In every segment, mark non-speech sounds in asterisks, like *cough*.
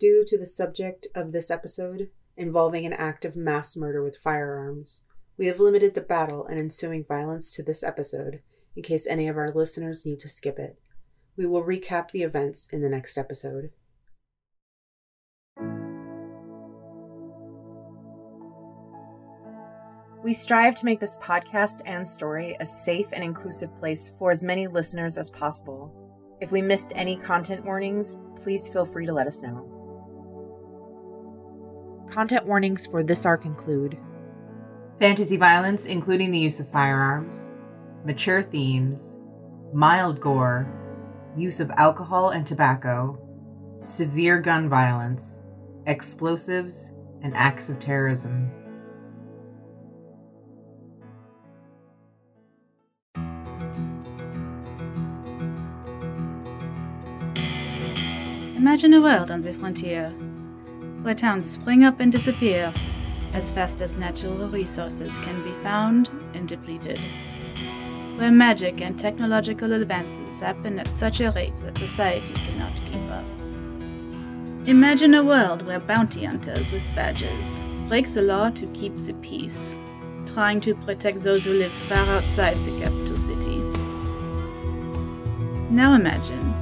due to the subject of this episode involving an act of mass murder with firearms. We have limited the battle and ensuing violence to this episode in case any of our listeners need to skip it. We will recap the events in the next episode. We strive to make this podcast and story a safe and inclusive place for as many listeners as possible. If we missed any content warnings, please feel free to let us know. Content warnings for this arc include Fantasy violence, including the use of firearms, mature themes, mild gore, use of alcohol and tobacco, severe gun violence, explosives, and acts of terrorism. Imagine a world on the frontier, where towns spring up and disappear as fast as natural resources can be found and depleted. Where magic and technological advances happen at such a rate that society cannot keep up. Imagine a world where bounty hunters with badges break the law to keep the peace, trying to protect those who live far outside the capital city. Now imagine,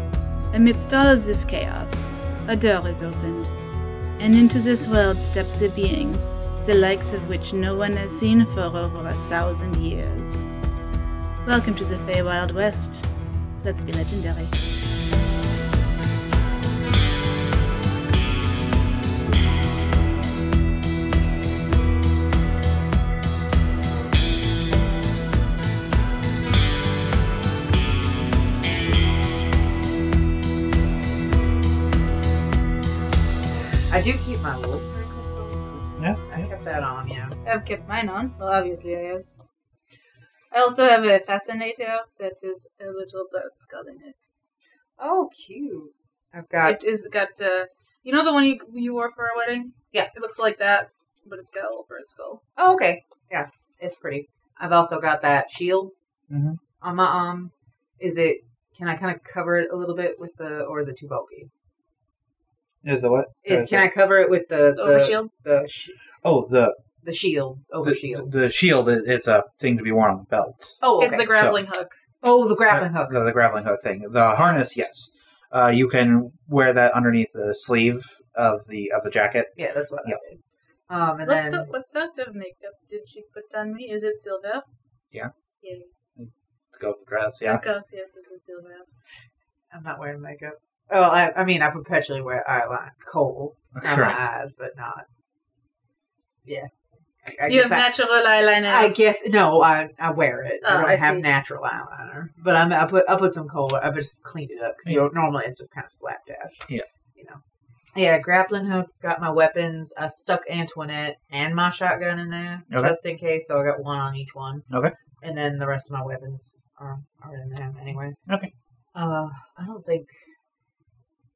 amidst all of this chaos, a door is opened, and into this world steps a being the likes of which no one has seen for over a thousand years. Welcome to the Feywild West. Let's be legendary. I do keep my wolf necklace on. Yeah, I kept that on, yeah. I've kept mine on. Well, obviously I have. I also have a fascinator that is a little bird skull in it. Oh, cute. I've got It is got, uh, you know the one you, you wore for our wedding? Yeah. It looks like that, but it's got a little bird skull. Oh, okay. Yeah, it's pretty. I've also got that shield Mhm. on my arm. Is it? Can I kind of cover it a little bit with the, or is it too bulky? Is the what? Is Uh, can I cover it with the The the overshield? the, sh- Oh, the the shield over the, Oh, shield? the shield. i- It's a thing to be worn on the belt. oh, It's okay. the grappling hook. oh the grappling Uh, hook. The, the grappling hook thing. The harness, yes. Uh, you can wear that underneath the sleeve of the of the jacket. Yeah, that's what Yep. I did. Um, and What, then sort, what sort of makeup did she put on me? Is it silver? Yeah. Yeah. to go with the dress. yeah. Yeah. *laughs* Of course, yes, this is silver. I'm not wearing makeup. Oh, I, I mean, I perpetually wear eyeliner, coal on Sure. my eyes, but not. Yeah, I you guess have I, natural eyeliner. I guess no, I, I wear it. Oh, I don't I have see. natural eyeliner, but I'm, I put I put some coal. I just cleaned it up because you know, normally it's just kind of slapdash. Yeah. you know. Yeah, grappling hook. Got my weapons. I stuck Antoinette and my shotgun in there Okay. just in case. So I got one on each one. Okay. and then the rest of my weapons are are in there anyway. Okay. Uh, I don't think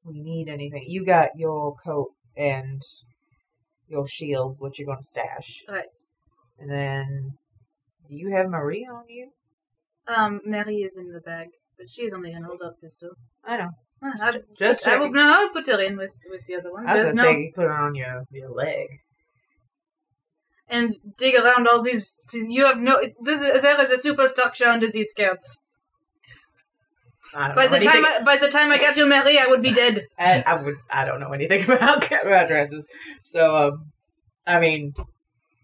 we need anything. You got your coat and your shield, which you're going to stash. Right. And then, do you have Marie on you? Um, Mary is in the bag, but she's only an older pistol. I know. Ah, I, Just I will, checking. no, I'll put her in with, with the other ones. I was going There's to no, say you put it on your, your leg. and dig around all these. You have no. This is, there is a superstructure under these skirts. I don't By know the anything- time I, by the time I got you, Mary, I would be dead. I, I would I don't know anything *laughs* about about dresses, so um, I mean,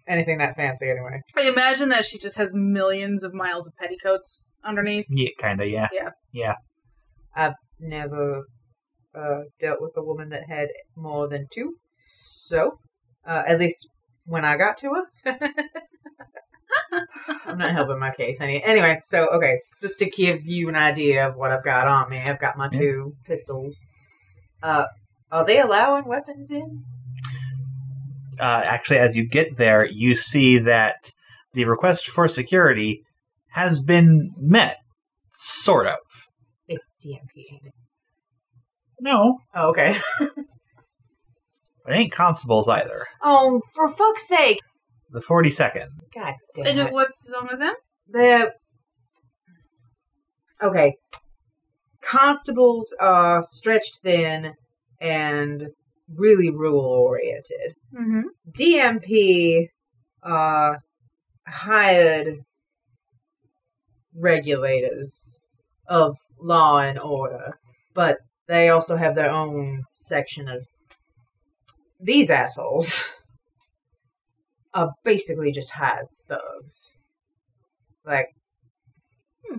anything that fancy anyway. I imagine that she just has millions of miles of petticoats underneath. Yeah, kind of. Yeah. never uh, dealt with a woman that had more than two. So, uh, at least when I got to her. *laughs* I'm not helping my case any. Anyway, so okay, just to give you an idea of what I've got on me, I've got my Yeah. two pistols. Uh, are they allowing weapons in? Uh, actually, as you get there, you see that the request for security has been met, sort of. It's DMP. ain't it? No, Oh, okay. *laughs* it ain't constables either. Oh, for fuck's sake! The forty-second. God damn And it! what's wrong with them? The okay, constables are stretched thin and really rule oriented. Mm-hmm. DMP uh, hired regulators of law and order, but they also have their own section of these assholes *laughs* are basically just hired thugs. Like, hmm.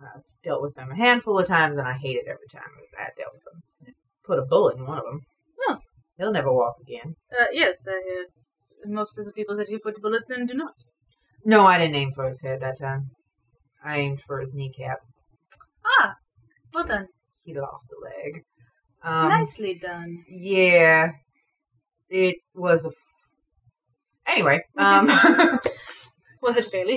I've dealt with them a handful of times, and I hate it every time I dealt with them. Put a bullet in one of them. Oh. They'll never walk again. Uh, yes, I, uh, most of the people that you put bullets in do not. No, I didn't aim for his head that time. I aimed for his kneecap. Ah, well done. He lost a leg. Um, Nicely done. Yeah, it was. A... Anyway, um, *laughs* well, Was it really?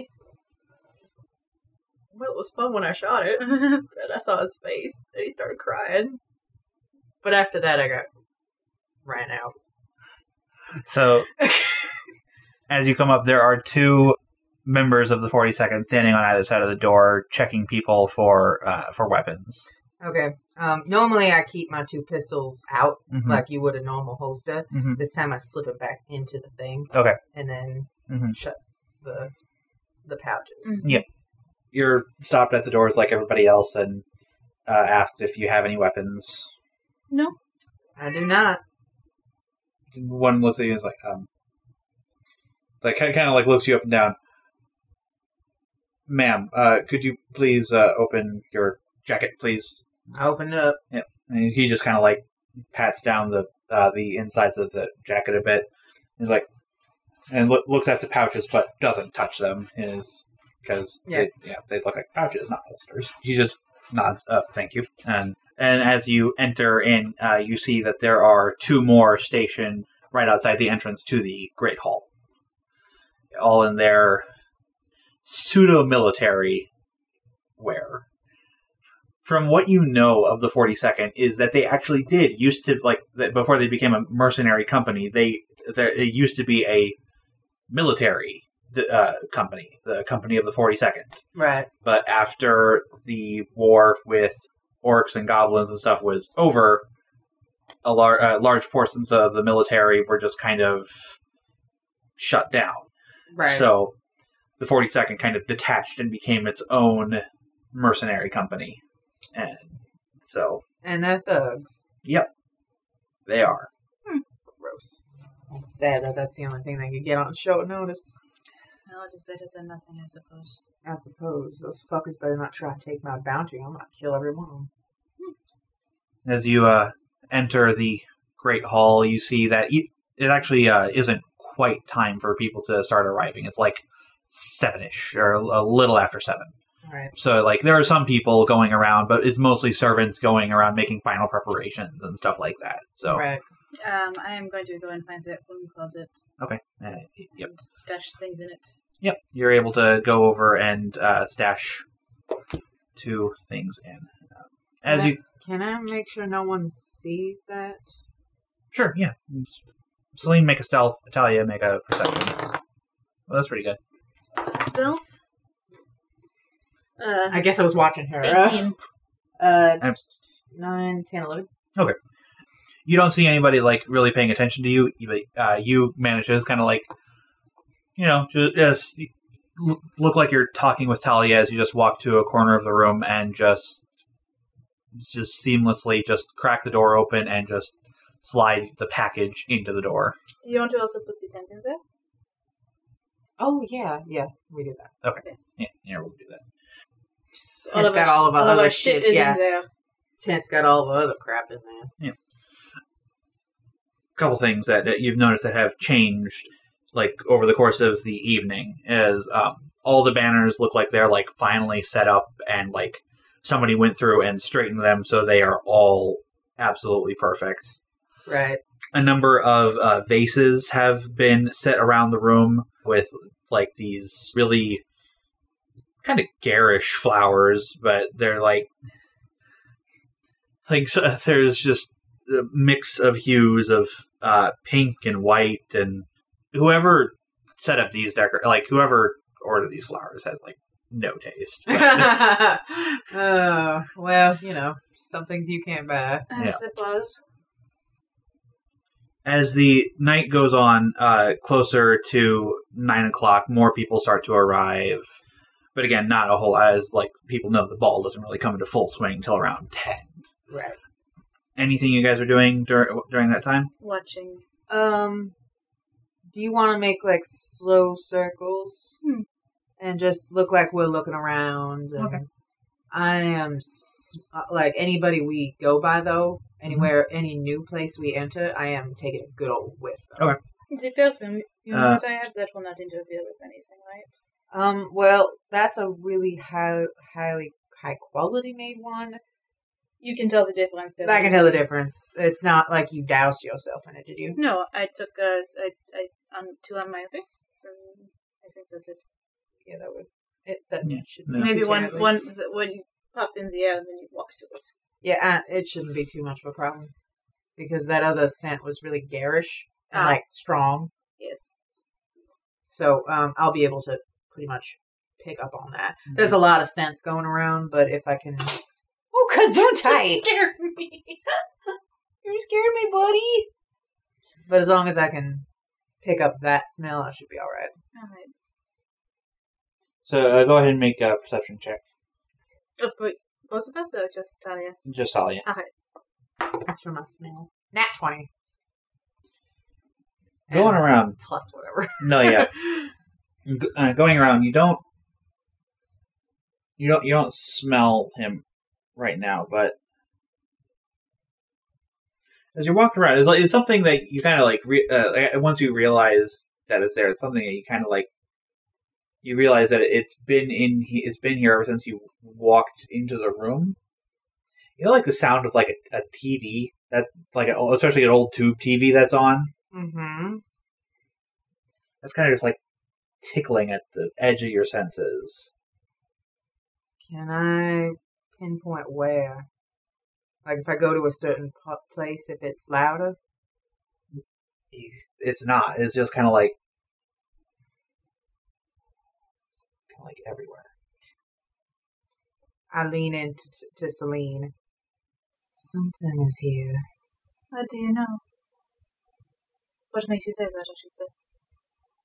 it was fun when I shot it, and I saw his face, and he started crying. But after that, I got ran out. So, as you come up, there are two members of the 42nd standing on either side of the door, checking people for uh, for weapons. Okay. Um, normally, I keep my two pistols out Mhm. like you would a normal holster. Mhm. This time, I slip it back into the thing. Okay. And then Mhm. shut the the pouches. Mm. You're stopped at the doors like everybody else and uh, asked if you have any weapons. *laughs* No. I do not. One looks at you and is like, um, like kind of like looks you up and down. Ma'am, uh, could you please uh, open your jacket, please? I opened up. And he just kind of like pats down the uh, the insides of the jacket a bit. He's like, and loo- looks at the pouches, but doesn't touch them. Is because they, yeah, they look like pouches, not holsters. He just nods, uh, "Thank you." And and as you enter in, uh, you see that there are two more stationed right outside the entrance to the Great Hall, all in their pseudo military wear from what you know of the 42nd is that they actually did used to like that before they became a mercenary company they there it used to be a military uh, company the company of the 42nd Right. but after the war with orcs and goblins and stuff was over, a lar- uh, large portions of the military were just kind of shut down. Right. So the 42nd kind of detached and became its own mercenary company. And so and they're thugs. they are. Gross. I'm sad that that's the only thing they could get on short notice. Well, it is better than nothing, I suppose. I suppose those fuckers better not try to take my bounty. I'm gonna kill every one of them. As you uh, enter the Great Hall, you see that e- it actually uh, isn't quite time for people to start arriving. It's like seven ish or a little after seven. All right. So like there are some people going around, but it's mostly servants going around making final preparations and stuff like that. So Right. Um, I am going to go and find that room closet uh, yep, and stash things in it. yep, you're able to go over and uh, stash two things in. Uh, As Okay. you Can I make sure no one sees that? sure, yeah. It's- Celine make a stealth, Italia make a perception. Well, that's pretty good. Stealth? Uh, I guess I was watching her. Uh, 18. uh I'm- 9, 10, 11. You don't see anybody like really paying attention to you, but uh, you manage to just kind of like, you know, ju- just l- look like you're talking with Talia as you just walk to a corner of the room and just just seamlessly just crack the door open and just slide the package into the door. Do you want to also put the tent in there? Oh, yeah, yeah, we do that. Yeah, yeah, we'll do that. So It's got all of our other shit, is yeah. in there. Tent's got all the other crap in there. couple things that, that you've noticed that have changed like over the course of the evening is um, all the banners look like they're like finally set up and like somebody went through and straightened them so they are all absolutely perfect *laughs* Right. *laughs* a number of uh, vases have been set around the room with like these really kind of garish flowers, but they're like like so, *laughs* there's just a mix of hues of uh, pink and white, and whoever set up these decor like whoever ordered these flowers has like no taste. *laughs* But- Uh, oh, well, you know, some things you can't buy. I Yeah. suppose. as the night goes on, uh, closer to nine o'clock, more people start to arrive. But again, not a whole as like people know the ball doesn't really come into full swing until around ten. Right. Anything you guys are doing dur- during that time? Watching. Um, do you want to make like slow circles Hmm. and just look like we're looking around? and- Okay. I am s- uh, like anybody we go by though. Anywhere, any new place we enter, I am taking a good old whiff. Okay. The perfume, you know Uh, that I have, that will not interfere with anything, right? Um, well, that's a really high, highly high quality made one. You can tell the difference. But I can Beverly. tell the difference. It's not like you doused yourself in it, did *laughs* you? No, I took uh, I, I, um, two on my wrists, and I think that's it. Yeah, that would. It, that Yeah. should No. Maybe too one, terribly- one, the- when you pop in the air and then you walk through it. Yeah, uh, it shouldn't be too much of a problem because that other scent was really garish and Ah. like strong. Yes. So um, I'll be able to pretty much pick up on that. There's a lot of scents going around, but if I can, *laughs* oh, You kazoo scared me. *laughs* you scared me, buddy. But as long as I can pick up that smell, I should be all right. All right. So uh, go ahead and make a perception check. Oh, for both of us, or just Talia? Just Talia. That's from my smell. Nat twenty. Going And around. plus whatever. *laughs* No, yeah. G- uh, going around, you don't. You don't. You don't smell him right now, but as you're walking around, it's like it's something that you kind of like. Re- uh, like, once you realize that it's there, it's something that you kind of like. You realize that it's been in. he- It's been here ever since you walked into the room. You know, like the sound of like a, a TV that, like, a, especially an old tube TV that's on. Mm-hmm. That's kind of just like tickling at the edge of your senses. Can I pinpoint where? Like if I go to a certain pu- place, if it's louder. It's not. It's just kind of like, kind of like everywhere. I lean in to, to Celine. Something is here. What do you know? What makes you say that, I should say?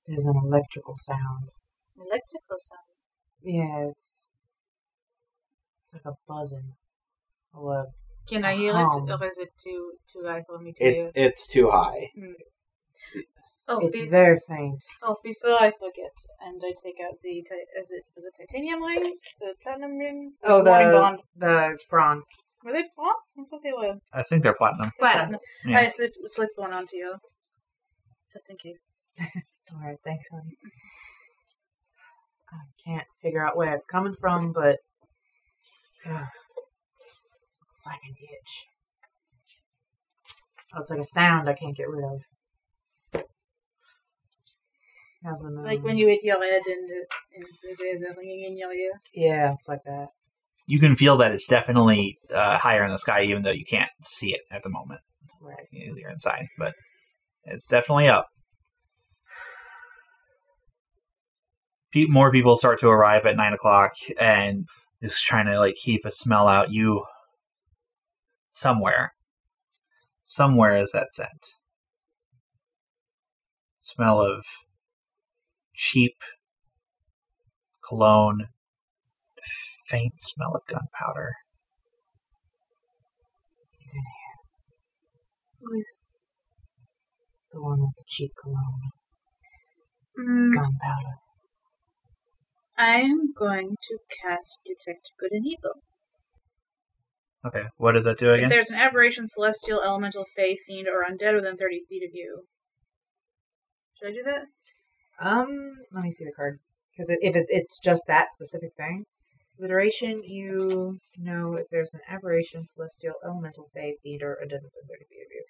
There's an electrical sound. Electrical sound. Yeah, it's it's like a buzzing. Or a, Can I hear Um. it, or is it too too high for me to hear? It's it's too high. Oh, it's be- very faint. oh, before I forget, and I take out the ti- is it the titanium rings, the platinum rings, Oh, the morning bond. the bronze. Were they bronze? I thought they were. I think they're platinum. Platinum. Yeah. I slipped, slipped one onto you, just in case. All right, thanks, honey. I can't figure out where it's coming from, but ugh, it's like an itch. Oh, it's like a sound I can't get rid of. How's the moon? Like Mm. when you hit your head and, the- and there's a ringing in your ear. yeah, it's like that. You can feel that it's definitely uh, higher in the sky, even though you can't see it at the moment. Right. You're inside, but it's definitely up. Pe- More people start to arrive at nine o'clock, and is trying to like keep a smell out. You somewhere, somewhere is that scent. Smell of cheap cologne, faint smell of gunpowder. Who is? The one with the cheap cologne, Mm, gunpowder. I am going to cast Detect Good and Evil. Okay, what does that do If again? there's an aberration, celestial, elemental, fey, fiend, or undead within 30 feet of you. Should I do that? Um, let me see the card. Because if it's, it's just that specific thing, alliteration, you know if there's an aberration, celestial, elemental, fae, fiend, or undead within 30 feet of you,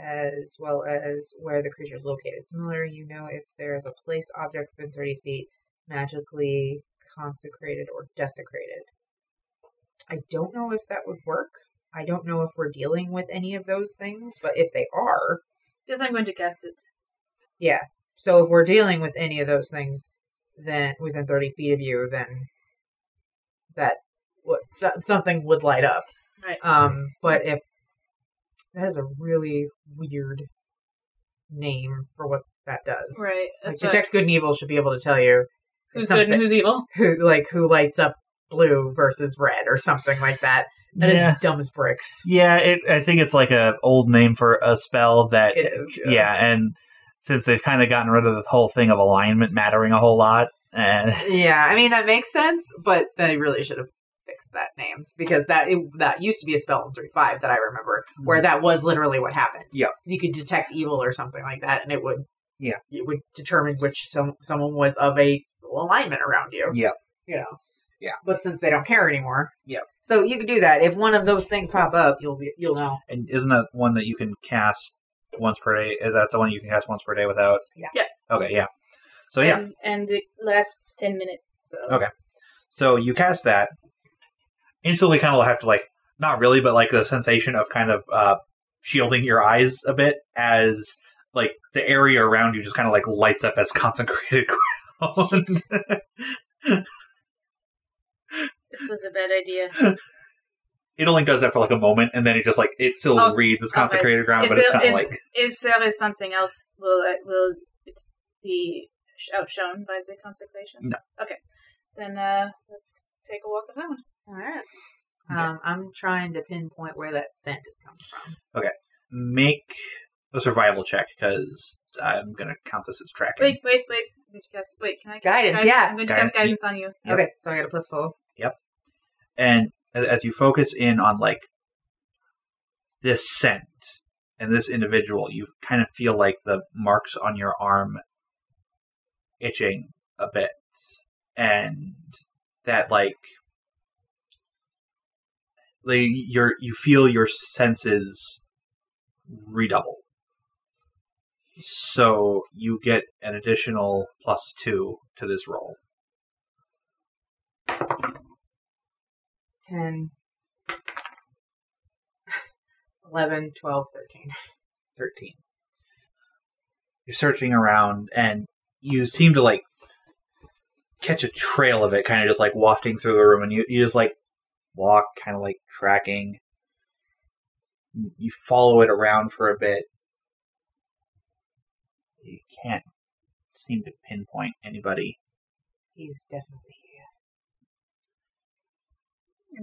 as well as where the creature is located. Similar, you know if there is a place, object within 30 feet, magically consecrated or desecrated. I don't know if that would work. I don't know if we're dealing with any of those things, but if they are, Yes, I'm going to cast it. so if we're dealing with any of those things, then within thirty feet of you, then that what so, something would light up. Right. Um, but if that is a really weird name for what that does. Right. Like That's what- detect good and evil should be able to tell you who's good and who's evil? who like who lights up blue versus red or something like that. That is yeah, dumb as bricks. yeah. It, I think it's like a old name for a spell that. It is, yeah. and since they've kind of gotten rid of the whole thing of alignment mattering a whole lot, and *laughs* Yeah, I mean that makes sense, but they really should have fixed that name because that it, that used to be a spell in three five that I remember where that was literally what happened. Mm-hmm. Yeah. 'Cause you could detect evil or something like that, and it would Yeah. it would determine which some someone was of a alignment around you. Yeah. you know. Yeah. but since they don't care anymore, Yeah. So you could do that if one of those things pop up, you'll be you'll know. and isn't that one that you can cast once per day? Is that the one you can cast once per day without? Yeah. Yeah. Okay. Yeah. So Oh, yeah, And, and it lasts 10 minutes. So. Okay. So you cast that. Instantly, kind of have to like not really, but like the sensation of kind of uh, shielding your eyes a bit as like the area around you just kind of like lights up as *laughs* consecrated ground. This was a bad idea. it only does that for like a moment, and then it just like it still Oh, reads as okay. consecrated ground, If but it's there- not if- like If there is something else, will it, will it be sh- outshone by the consecration? No. Okay. Then uh, let's take a walk around. All right. Um, I'm trying to pinpoint where that scent is coming from. make a survival check because I'm gonna count this as tracking. Wait, wait, wait. I'm going to cast. Wait, can I? Guidance, yeah. I'm going to cast Guidance. guidance on you. Yep. Okay, so I got a plus four. and as, as you focus in on like this scent and this individual, you kind of feel like the marks on your arm itching a bit, and that like like your you feel your senses redouble. So you get an additional plus two to this roll. Ten, eleven, twelve, thirteen. 13. You're searching around and you seem to like catch a trail of it kind of just like wafting through the room and you, you just like walk kind of like tracking you follow it around for a bit you can't seem to pinpoint anybody He's definitely here.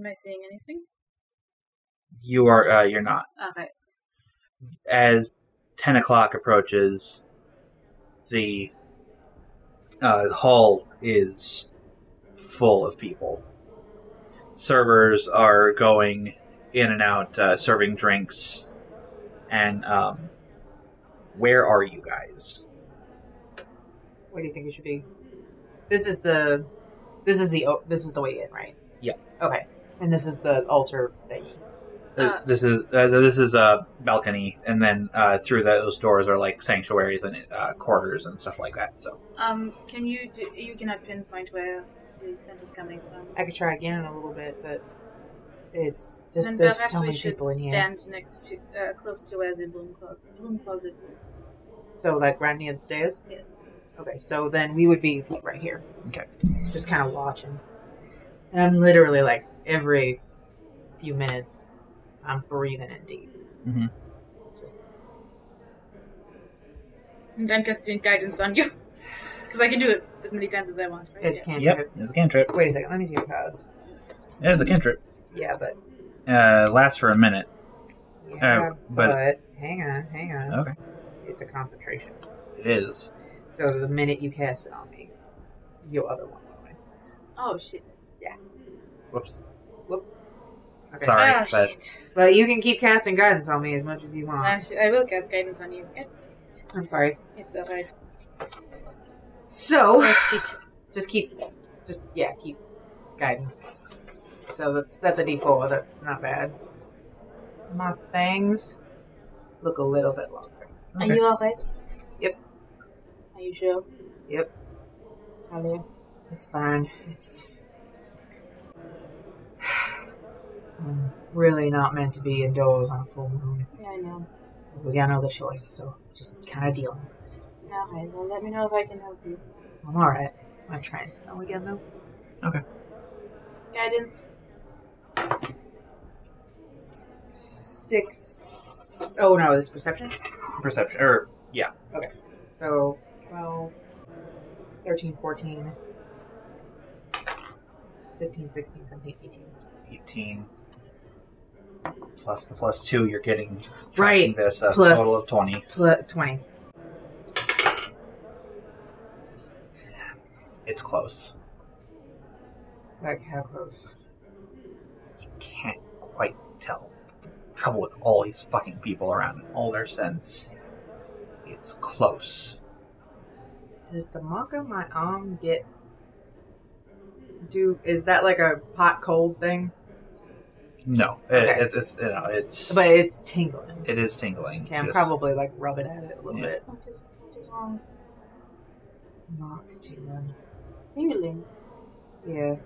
Am I seeing anything? you are uh, you're not Okay. as 10 o'clock approaches, the uh, hall is full of people. Servers are going in and out, uh, serving drinks. And um, where are you guys? Where do you think we should be? This is the, this is the o- this is the way in, right? Yeah. Okay, and this is the altar thingy. Uh, Uh, this is uh, this is a balcony, and then uh, through that, those doors are like sanctuaries and uh, quarters and stuff like that. So Um, can you do, you cannot pinpoint where the scent is coming from? I could try again in a little bit, but it's just Then there's perhaps so we many should people in here. stand next to, uh, close to where the bloom, clo- bloom closet is. So like right near the stairs. Yes. Okay, so then we would be like, right here. Okay. Just kind of watching. And I'm literally like every few minutes, I'm breathing in deep. Mhm. Just And I'm casting guidance on you. *laughs* Because I can do it as many times as I want, right? it's Yeah. cantrip. it's a cantrip. Wait a second, let me see your cards. It is a cantrip. Yeah, but Uh, lasts for a minute. yeah, Oh, but- but, hang on, hang on. Okay, It's a concentration. it is. So the minute you cast it on me, your other one went away. Oh, shit. Whoops. Whoops. Okay. Sorry, ah, but- shit. But you can keep casting guidance on me as much as you want. Ah, sh- I will cast guidance on you. God damn it. I'm sorry. It's alright. So Oh, shit. just keep just yeah keep guidance so that's that's a d4 that's not bad my fangs look a little bit longer Are you alright? Yep. Are you sure? hello it's fine it's *sighs* i'm really not meant to be indoors on a full moon I know. we got no other choice so just kind of dealing with it Alright, well, let me know if I can help you. i'm all right i'm trying snow again though Guidance? six oh no this perception Perception, or Yeah. Okay. So 12, 13, 14, 15, 16, 17, 18. 18 plus the plus 2 you're getting Right, this a plus- total of 20 Pl- 20. it's close Like, how close? you can't quite tell It's the trouble with all these fucking people around and all their sense it's close Does the mark on my arm get. Do is that like a hot cold thing? no it, Okay. it's, it's you know it's But it's tingling. it is tingling Okay, I'm Just- probably like rubbing at it a little Yeah. bit. What is what is wrong? Mark's tingling. Tingling. Yeah.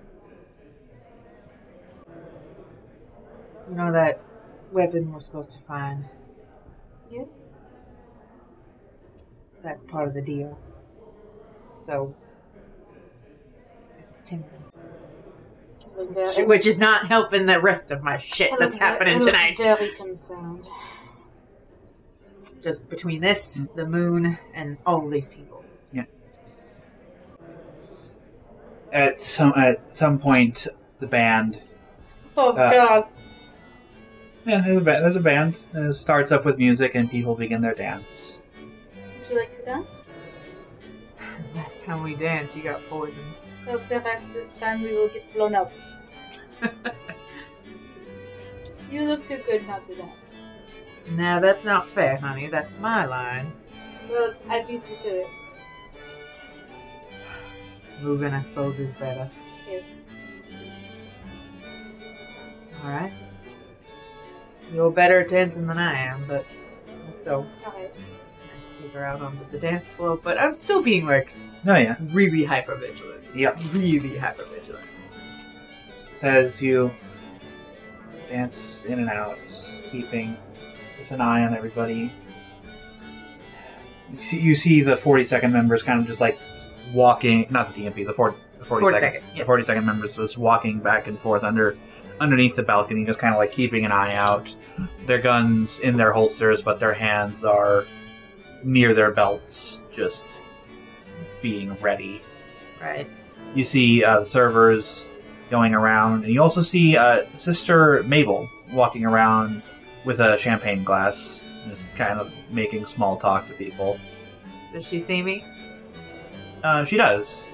You know that weapon we're supposed to find? Yes. That's part of the deal. So. It's tingling. Tingling there. Uh, Shit, Which is not helping the rest of my shit that's I'm- I'm happening tonight. Very concerned. Just between this, the moon, and all these people. at some at some point the band Oh Uh, gosh. yeah there's a, ba- there's a band it starts up with music and people begin their dance Would you like to dance? Last time we danced, you got poisoned. So perhaps this time we will get blown *laughs* up. you look too good not to dance. Now that's not fair, honey. That's my line. Well, I beat you to it. Moving, I suppose, is better. Yes. Alright. You're better at dancing than I am, but let's go. Alright. Take her out onto the dance floor, but I'm still being like no yeah really hypervigilant. Yep. Really hypervigilant. says you dance in and out, keeping just an eye on everybody. You see, you see the 40 second members kind of just like walking, not the DMP, the 40, the 40 For a second- second. the Yeah. 40 second members just walking back and forth under underneath the balcony just kind of like keeping an eye out their guns in their holsters but their hands are near their belts just being ready Right. you see uh, the servers going around, and you also see uh, Sister Mabel walking around with a champagne glass, just kind of making small talk to people. Does she see me? Uh, she does.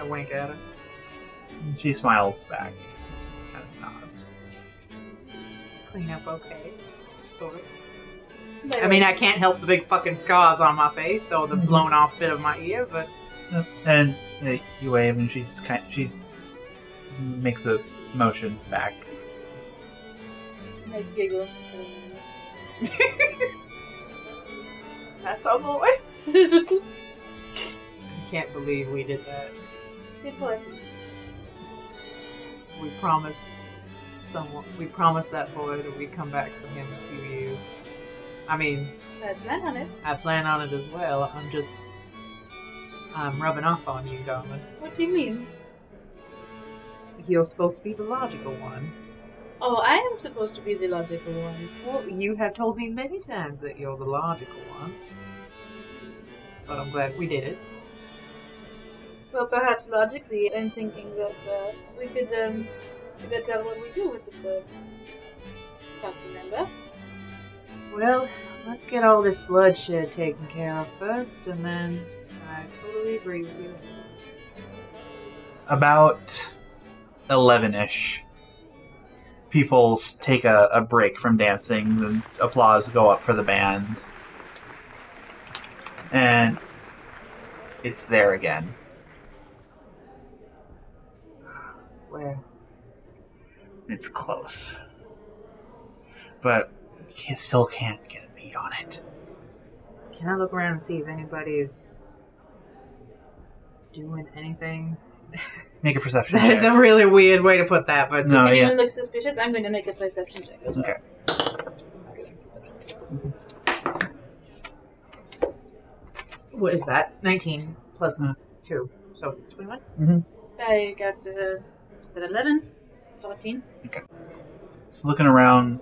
I wink at her. She smiles back, kind of nods. Clean up okay. Sort of. Very I mean, I can't help the big fucking scars on my face or the Mhm. blown off bit of my ear, but Yep, And uh, you wave, and she kind she makes a motion back. well. I giggle. that's all the *laughs* way. Did I can't believe we did that. what? We promised someone. We promised that boy that we'd come back for him in a few years. I mean, I plan on it. I plan on it as well. I'm just, I'm rubbing off on you, darling. What do you mean? You're supposed to be the logical one. Oh, I am supposed to be the logical one. Well, you have told me many times that you're the logical one. But I'm glad we did it. Well, perhaps logically, I'm thinking that uh, we could um, figure out what we do with this uh, faculty member. Well, let's get all this bloodshed taken care of first, and then I totally agree with you. About 11 ish, people s- take a, a break from dancing, and applause go up for the band. And it's there again. Where? It's close. But you still can't get a beat on it. Can I look around and see if anybody's doing anything? *laughs* Make a perception That is check. a really weird way to put that, but No, if yeah. anyone looks suspicious, I'm going to make a perception check. as well. Okay. what is that? 19 plus Mm. 2. So 21? I got uh, is it 11, 14. Just looking around,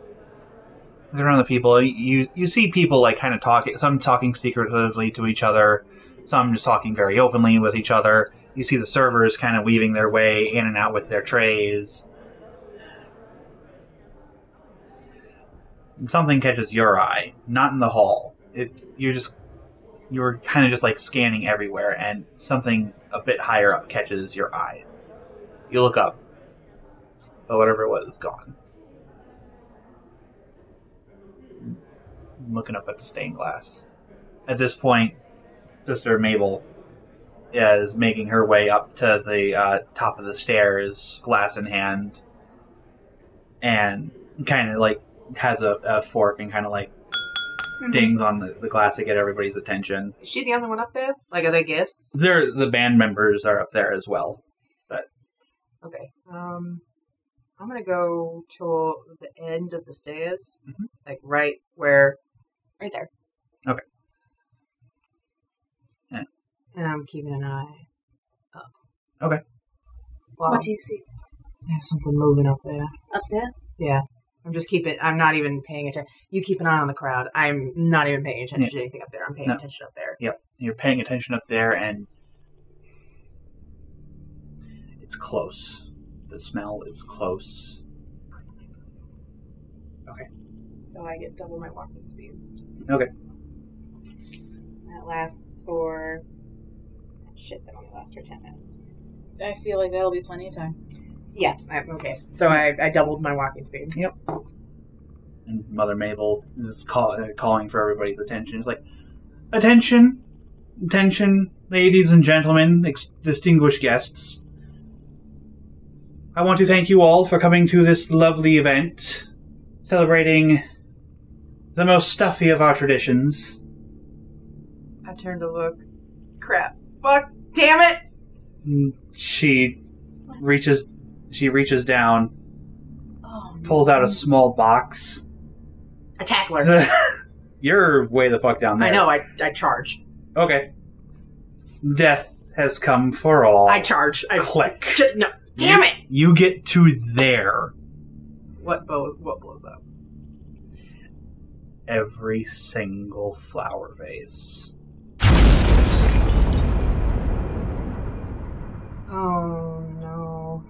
looking around the people, you you see people like kind of talking. Some talking secretively to each other, some just talking very openly with each other. You see the servers kind of weaving their way in and out with their trays. And something catches your eye, not in the hall. It you're just you're kind of just like scanning everywhere, and something a bit higher up catches your eye. You look up, but whatever it was is gone. I'm looking up at the stained glass. At this point, Sister Mabel is making her way up to the uh, top of the stairs, glass in hand, and kind of like has a, a fork and kind of like dings on the, the glass to get everybody's attention. Is she the only one up there? Like, are they guests? There, the band members are up there as well. Okay. Um, I'm gonna go to the end of the stairs, Mhm. like right where, Right there. Okay. Yeah. And I'm keeping an eye up. Okay. Wow, What do you see? there's something moving up there. Upstairs? Yeah. I'm just keeping. I'm not even paying attention. You keep an eye on the crowd. I'm not even paying attention to anything up there. I'm paying No. attention up there. You're paying attention up there, and it's close. The smell is close. So I get double my walking speed. Okay. That lasts for. Shit, that only lasts for 10 minutes. I feel like that'll be plenty of time. Yeah. I'm, okay. So I, I doubled my walking speed. And Mother Mabel is call, uh, calling for everybody's attention. It's like, attention, attention, ladies and gentlemen, ex- distinguished guests. I want to thank you all for coming to this lovely event, celebrating the most stuffy of our traditions. I turned to look. Crap. Fuck. Damn it. she reaches she reaches down Oh, pulls out a small box *laughs* a tackler. you're way the fuck down there I know. I, I charge. okay death has come for all I charge. I click Ch- no. Damn it. you get to there What blows? What blows up? every single flower vase Oh no.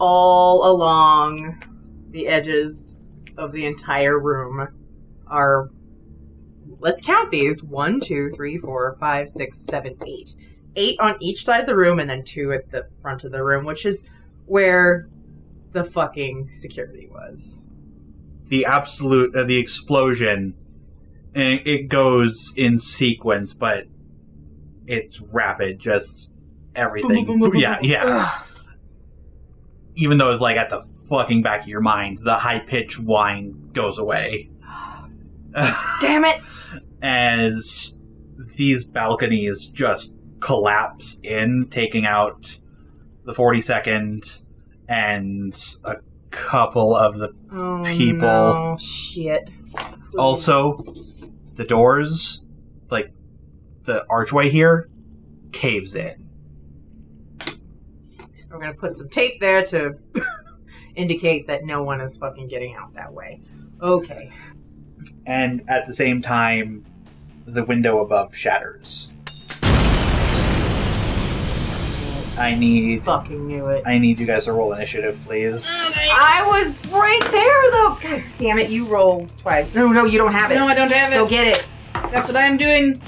All along the edges of the entire room are. Let's count these. One, two, three, four, five, six, seven, eight. Eight on each side of the room, and then two at the front of the room, which is where the fucking security was. the absolute uh, the explosion and it- it goes in sequence but it's rapid just everything yeah yeah Ugh. even though it's like at the fucking back of your mind, the high pitch whine goes away. Damn it! As these balconies just collapse in, taking out the 42nd and a couple of the. Oh, People. no. Shit. Also, the doors, like the archway here, caves in. We're gonna put some tape there to *laughs* indicate that no one is fucking getting out that way. Okay. And at the same time, the window above shatters. I need Fucking knew it. I need you guys to roll initiative, please. I was right there though. God damn it, you roll twice. No, no, you don't have it. No, I don't have it. Go get it. That's what I'm doing.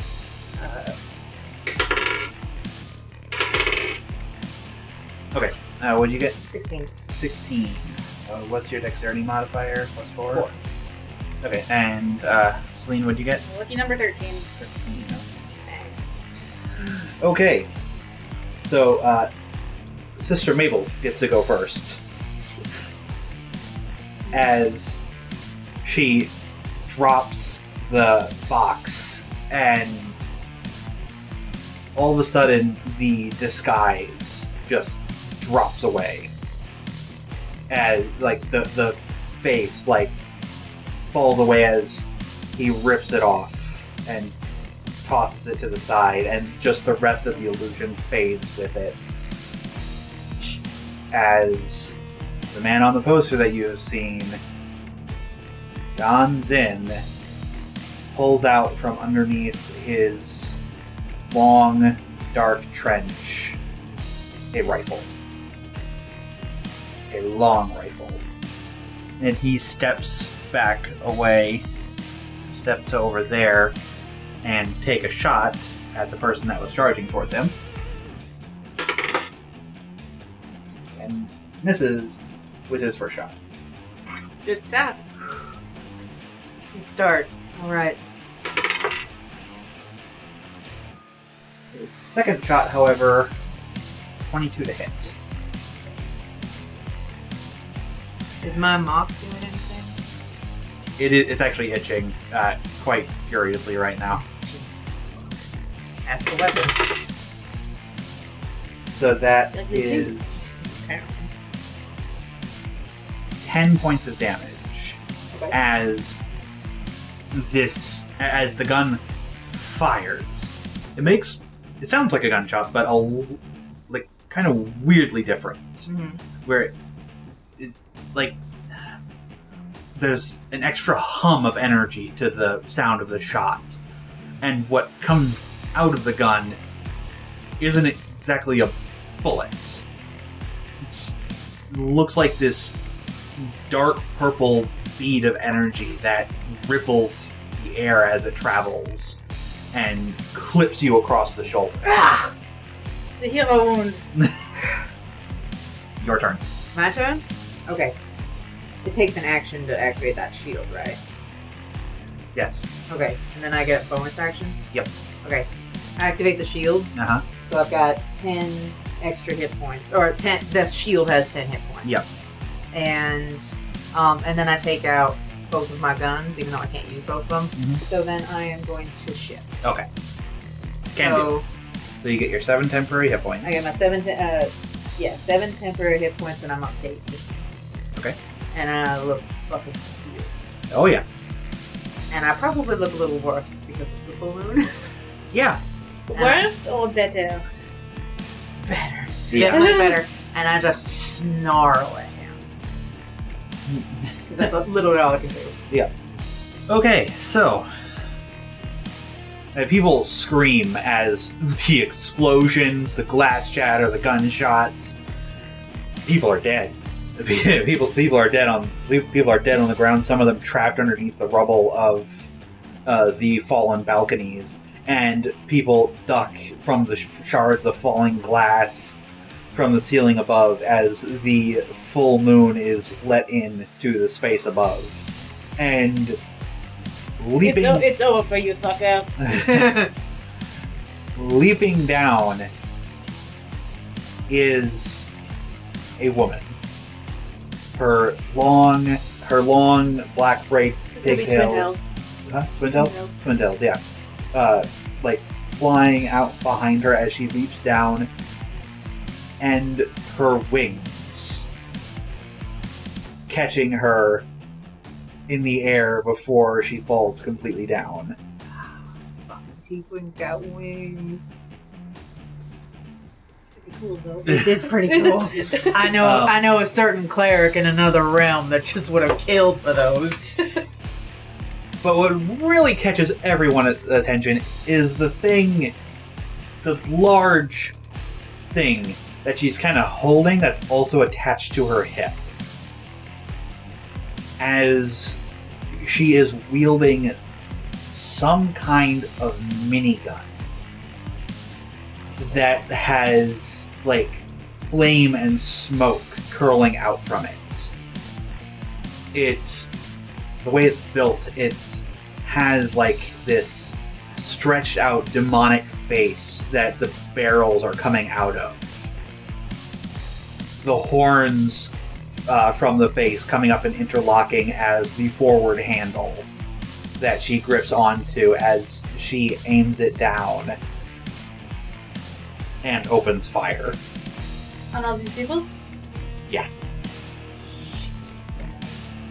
Uh, what'd you get? 16. 16. Uh, what's your dexterity modifier? Plus 4? Okay, and uh, Celine, what'd you get? Lucky number 13. 15. Okay, so uh, Sister Mabel gets to go first. As she drops the box, and all of a sudden, the disguise just drops away. As, like, the, the face, like, falls away as he rips it off and tosses it to the side, and just the rest of the illusion fades with it. As The man on the poster that you have seen, Don Zinn, pulls out from underneath his long, dark trench a rifle. A long rifle. And he steps back away, steps over there, and take a shot at the person that was charging towards him. And misses with his first shot. Good stats. Good start. All right. His second shot, however, 22 to hit. Is my mop doing anything? It is, it's actually itching uh, quite furiously right now. Jesus. That's the weapon. So that Like they sing. is Apparently. 10 points of damage as this as the gun fires. It makes it sounds like a gunshot, but a l- like kind of weirdly different. Mhm. Where it, it like there's an extra hum of energy to the sound of the shot, and what comes out of the gun isn't exactly a bullet. It's, looks like this dark purple bead of energy that ripples the air as it travels and clips you across the shoulder. It's a hero wound. Your turn. Mm-hmm. My turn? Okay. It takes an action to activate that shield, right? Yes. Okay. And then I get a bonus action? Yep. Okay. I activate the shield, Uh huh. so I've got 10 extra hit points. Or 10, that shield has 10 hit points. Yep. And, um, and then I take out both of my guns, even though I can't use both of them. Mhm. So then I am going to shift. Okay. Can so So you get your seven temporary hit points. I get my seven, te- uh, yeah, seven temporary hit points, and I'm up to 18. Okay. And I look fucking fierce. Oh yeah. And I probably look a little worse because it's a balloon. Yeah. Worse or better? better. Yeah. Definitely *laughs* better. And I just snarl at him. Because that's like, literally all I can do. Okay. So. And people scream as the explosions, the glass shatter, the gunshots. People are dead. *laughs* people, people are dead on people are dead on the ground. Some of them trapped underneath the rubble of uh, the fallen balconies, and people duck from the sh- shards of falling glass from the ceiling above as the full moon is let in to the space above, and leaping It's, o- Oh, it's over for you, fucker. *laughs* leaping down is a woman. Her long, her long black braid Could be twin pigtails. tails. Huh? Twin tails? Twin tails, yeah. Uh, like flying out behind her as she leaps down, and her wings catching her in the air before she falls completely down. Tiefling's got wings. It's cool *laughs* though. It is pretty cool. I know Um, I know a certain cleric in another realm that just would have killed for those. But what really catches everyone's attention is the thing, the large thing that she's kind of holding that's also attached to her hip. As she is wielding some kind of minigun that has like flame and smoke curling out from it. It's the way it's built, it has like this stretched out demonic face that the barrels are coming out of. The horns uh, from the face coming up and interlocking as the forward handle that she grips onto as she aims it down and opens fire. And all these people?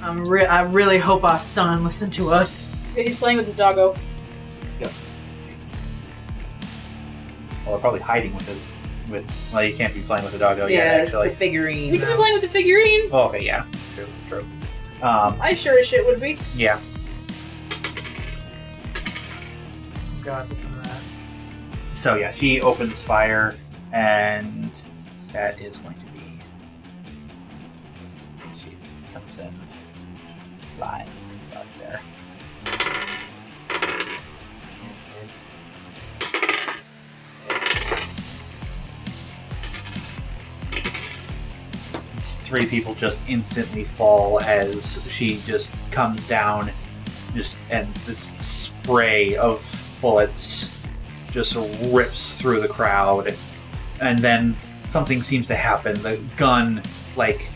I'm re- I really hope our son listened to us. Yeah, he's playing with his doggo. Well, they're probably hiding with his with. Well, you can't be playing with a doggo yeah, yet, it's a Oh, actually. figurine. You could be playing with the figurine. Oh, okay, yeah, true, true. Um, I sure as shit would be. yeah, Oh God, listen to that. so yeah, she opens fire, and that is going to be. She comes in flying out there. Three people just instantly fall as she just comes down, just and this spray of bullets just rips through the crowd and then something seems to happen the gun like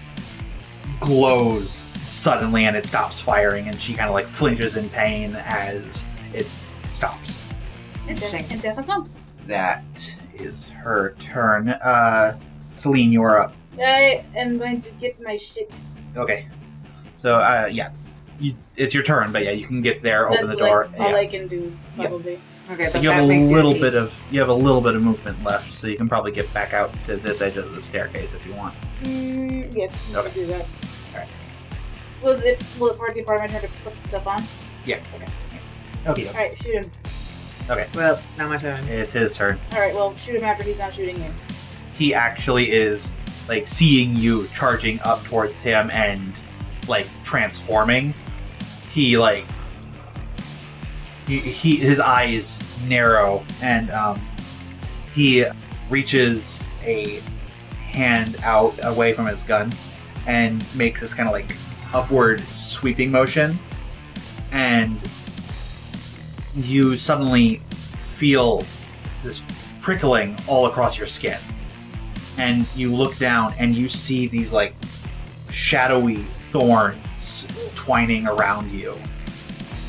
glows suddenly and it stops firing and she kind of like flinches in pain as it stops Interesting. Interessant. that is her turn uh celine you're up I am going to get my shit. okay so uh yeah you, it's your turn but yeah you can get there open That's the door Like all yeah. I can do, Yep. probably. Okay, but you that have a makes little you at bit least- of you have a little bit of movement left so you can probably get back out to this edge of the staircase if you want Mm, yes, we Okay. can do that. Alright. Was it will it work if Armin had to put the stuff on? okay Alright, shoot him. Well, it's not my turn. It's his turn. Alright, well shoot him after he's not shooting you. He actually is like seeing you charging up towards him and like transforming. He like he, he his eyes narrow and um, he reaches a hand out away from his gun and makes this kind of like upward sweeping motion and you suddenly feel this prickling all across your skin. And you look down and you see these like shadowy thorns twining around you.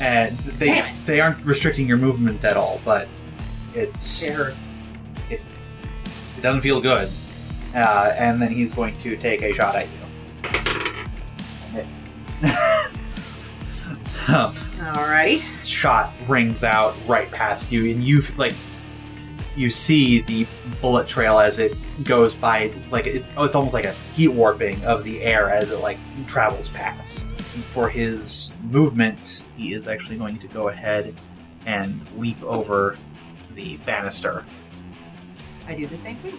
And they they aren't restricting your movement at all, but it's It hurts. it doesn't feel good. Uh, and then he's going to take a shot at you. Misses. um, Alrighty. *laughs* shot rings out right past you, and you like you see the bullet trail as it goes by. Like it, oh, it's almost like a heat warping of the air as it like travels past. And for his movement, he is actually going to go ahead and leap over the banister. I do the same thing.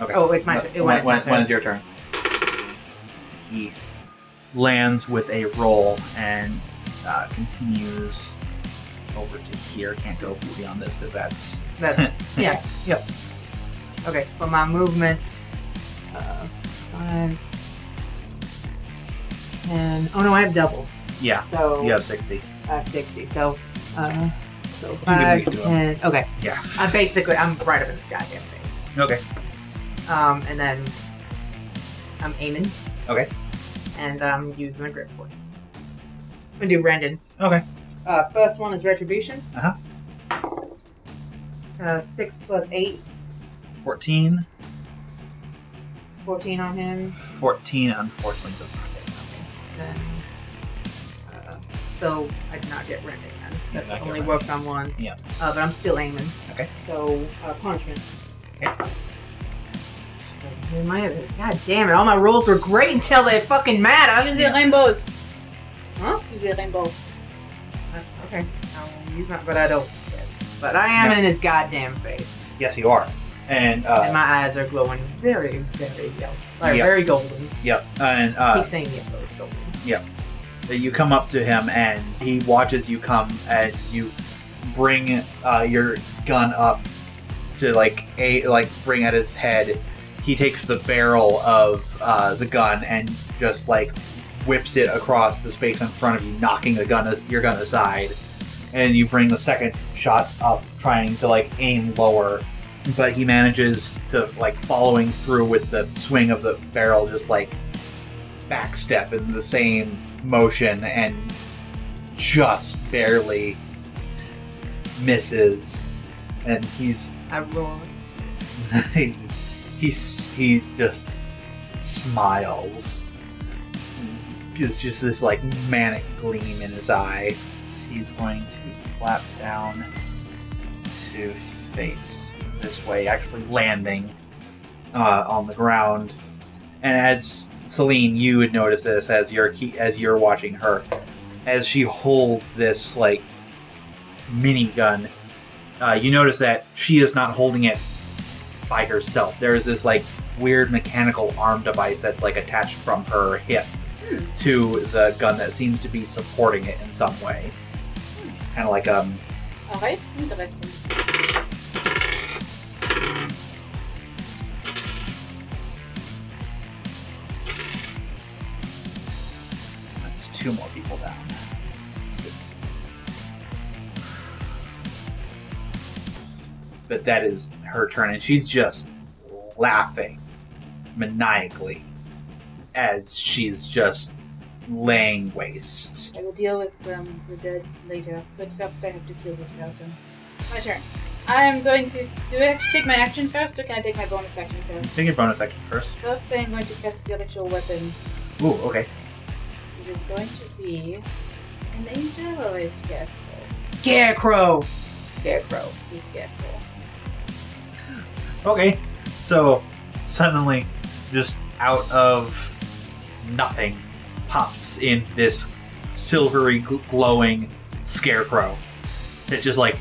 Okay. Oh, it's my Uh, When- it, when, it's my when- when turn. is your turn? He lands with a roll and uh, continues over to here. Can't go beyond this because that's *laughs* That's yeah. Yep. Okay, for my movement, uh, five, ten. Oh no, I have double. yeah. So You have sixty. I have sixty. So, uh, so make five, it do it. ten. Okay. Yeah. I'm basically I'm right up in this goddamn face. Okay. Um, and then I'm aiming. Okay. And I'm using a grip point. I'm gonna do Brandon. Okay. Uh, first one is retribution. Uh-huh. Uh, six plus eight, Fourteen. 14 on him. Fourteen. Unfortunately, does not hit. Then, uh, so I did not get rending then. You Since did not it get only rending. works on one. Yeah. Uh, but I'm still aiming. Okay. So uh, punishment. Man, my- God damn it! All my rolls were great until they fucking matter. Use the rainbows. Huh? Use the rainbow. Uh, Okay, I'll use my, but I don't. But I am No. in his goddamn face, Yes, you are. And uh, and my eyes are glowing very, very yellow, like Yeah. very golden. yep. And uh, Keep saying yellow, it's golden. that you come up to him and he watches you come and you bring uh, your gun up to like a like bring at his head he takes the barrel of uh, the gun and just like whips it across the space in front of you knocking the gun your gun aside and you bring the second shot up trying to like aim lower but he manages to like following through with the swing of the barrel just like back step in the same motion and just barely misses and he's I roll. *laughs* he, he's he just smiles there's just this like manic gleam in his eye he's going to flap down to face this way actually landing uh, on the ground. And as Celine, you would notice this as you're ke- as you're watching her, as she holds this like minigun. Uh, you notice that she is not holding it by herself. There is this like weird mechanical arm device that's like attached from her hip to the gun that seems to be supporting it in some way. Kind of like um, Alright, interesting. That's two more people down. But that is her turn, and she's just laughing maniacally as she's just laying waste. I will deal with um, the dead later, but first I have to kill this person. My turn. I am going to. Do I have to take my action first, or can I take my bonus action first? Take your bonus action first. First, I am going to cast Spiritual Weapon. Ooh, okay. It is going to be an angel or a scarecrow? Scarecrow. Scarecrow. The scarecrow. Okay. So suddenly, just out of nothing, pops in this silvery, gl- glowing scarecrow. It just like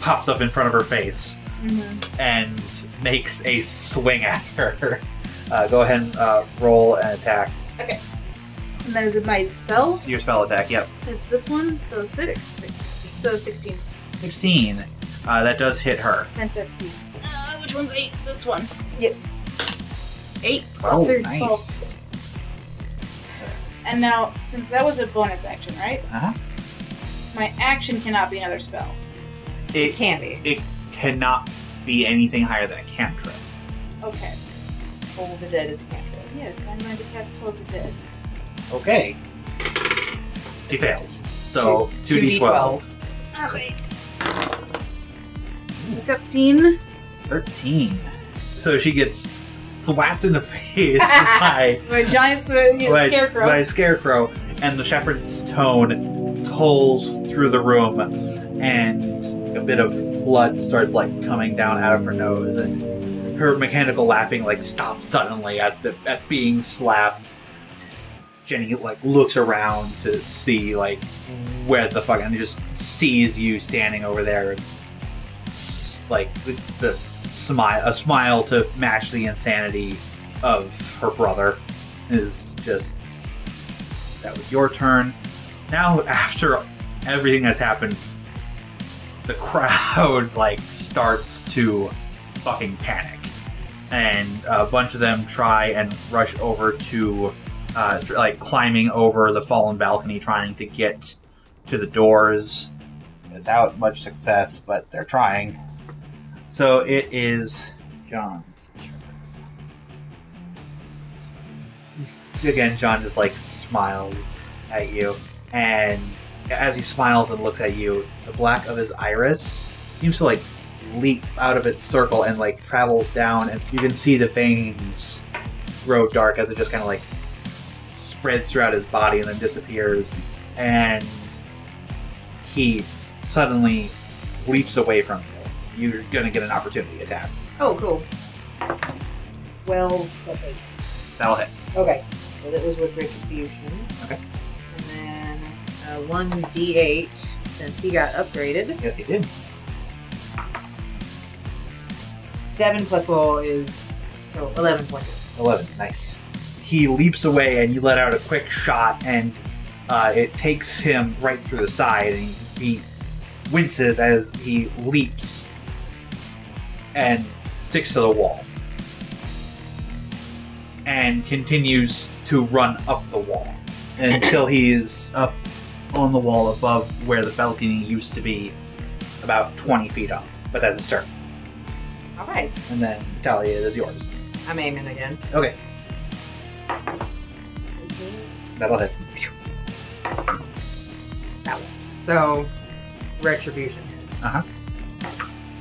pops up in front of her face Mm-hmm. and makes a swing at *laughs* her. Uh, go ahead and uh, roll an attack. And that is my spell. It's your spell attack, yep. It's this one, so six. So 16. 16. Uh, that does hit her. Fantastic. Uh, which one's eight? This one. Oh, third, nice. 12. And now, since that was a bonus action, right? Uh-huh. My action cannot be another spell. It Can be. it cannot be anything higher than a cantrip. Okay. All the dead is cantrip. Yes, I'm going to cast Toll the Dead. Okay. He fails. So two d 2d12. twelve. Ah, Alright. Hmm. 17. Thirteen. So she gets slapped in the *laughs* face by My giant sw- you know, by, scarecrow. by a scarecrow, and the shepherd's tone tolls through the room, and a bit of blood starts like coming down out of her nose, and her mechanical laughing like stops suddenly at the at being slapped. Jenny like looks around to see like where the fuck, and just sees you standing over there, and s- like the, the smile, a smile to match the insanity of her brother is just that was your turn. Now after everything that's happened, the crowd *laughs* like starts to fucking panic, and a bunch of them try and rush over to uh, tr- like climbing over the fallen balcony, trying to get to the doors without much success, but they're trying. So it is John's turn. again, John just like smiles at you, and as he smiles and looks at you, the black of his iris seems to like leap out of its circle and like travels down, and you can see the veins grow dark as it just kind of like spreads throughout his body and then disappears, and he suddenly leaps away from you. You're gonna get an opportunity attack. Oh, cool. Well, okay. That'll hit. Okay. So that was with retribution. Okay. And then uh, one d8 since he got upgraded. Yes, he did. Seven plus all is oh, eleven points. 11. Nice. He leaps away, and you let out a quick shot, and uh, it takes him right through the side, and he, he winces as he leaps and sticks to the wall. And continues to run up the wall until he is up on the wall above where the balcony used to be, about 20 feet up. But that's his turn. All right. And then Talia it is yours. I'm aiming again. Okay. That'll hit. So retribution. Uh-huh.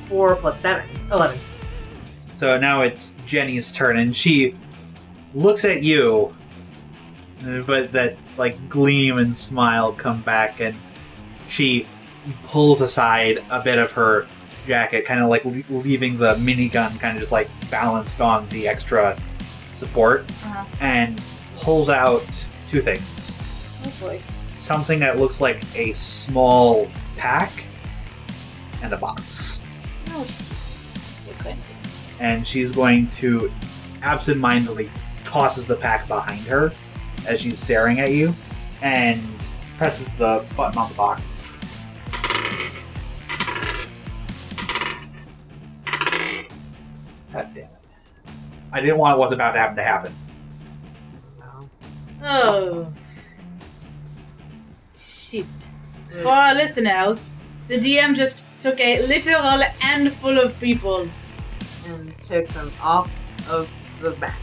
Four plus seven. Eleven. So now it's Jenny's turn, and she looks at you, but that like gleam and smile come back, and she pulls aside a bit of her jacket, kind of like le- leaving the minigun kind of just like balanced on the extra support, Uh-huh. and pulls out two things. Oh boy. Something that looks like a small pack and a box. Oh shit. Okay. And she's going to absentmindedly tosses the pack behind her as she's staring at you and presses the button on the box. God damn it. I didn't want what's about to happen to happen. Oh. Shit. For our listeners, the DM just took a literal handful of people. and took them off of the backs.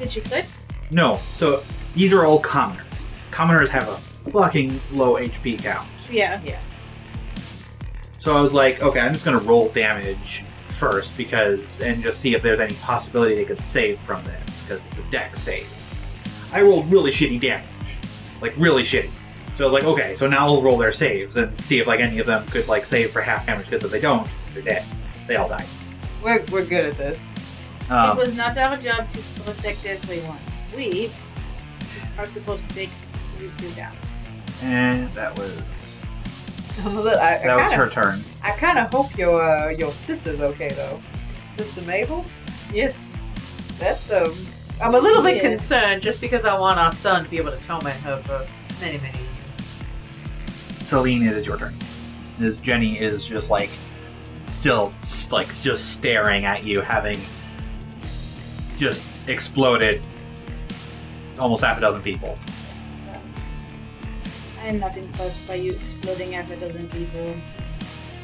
Did you crit? No, so these are all commoners. Commoners have a fucking low HP count. Yeah. So I was like, okay, I'm just gonna roll damage first because, and just see if there's any possibility they could save from this because it's a deck save. I rolled really shitty damage, like really shitty. So I was like, okay, so now I'll roll their saves and see if like any of them could like save for half damage because if they don't, they're dead. They all die. We're, we're good at this. *laughs* it Um, was not our job to protect everyone. We are supposed to take these two down. and that was Look, I, that was I her turn. kind of hope your uh, your sister's okay though. Sister Mabel? Yes. That's um. I'm a little bit Yeah. concerned just because I want our son to be able to torment her for many many years. Celine, it is your turn. As Jenny is just like still s- like just staring at you, having just exploded almost half a dozen people. I am not impressed by you exploding half a dozen people.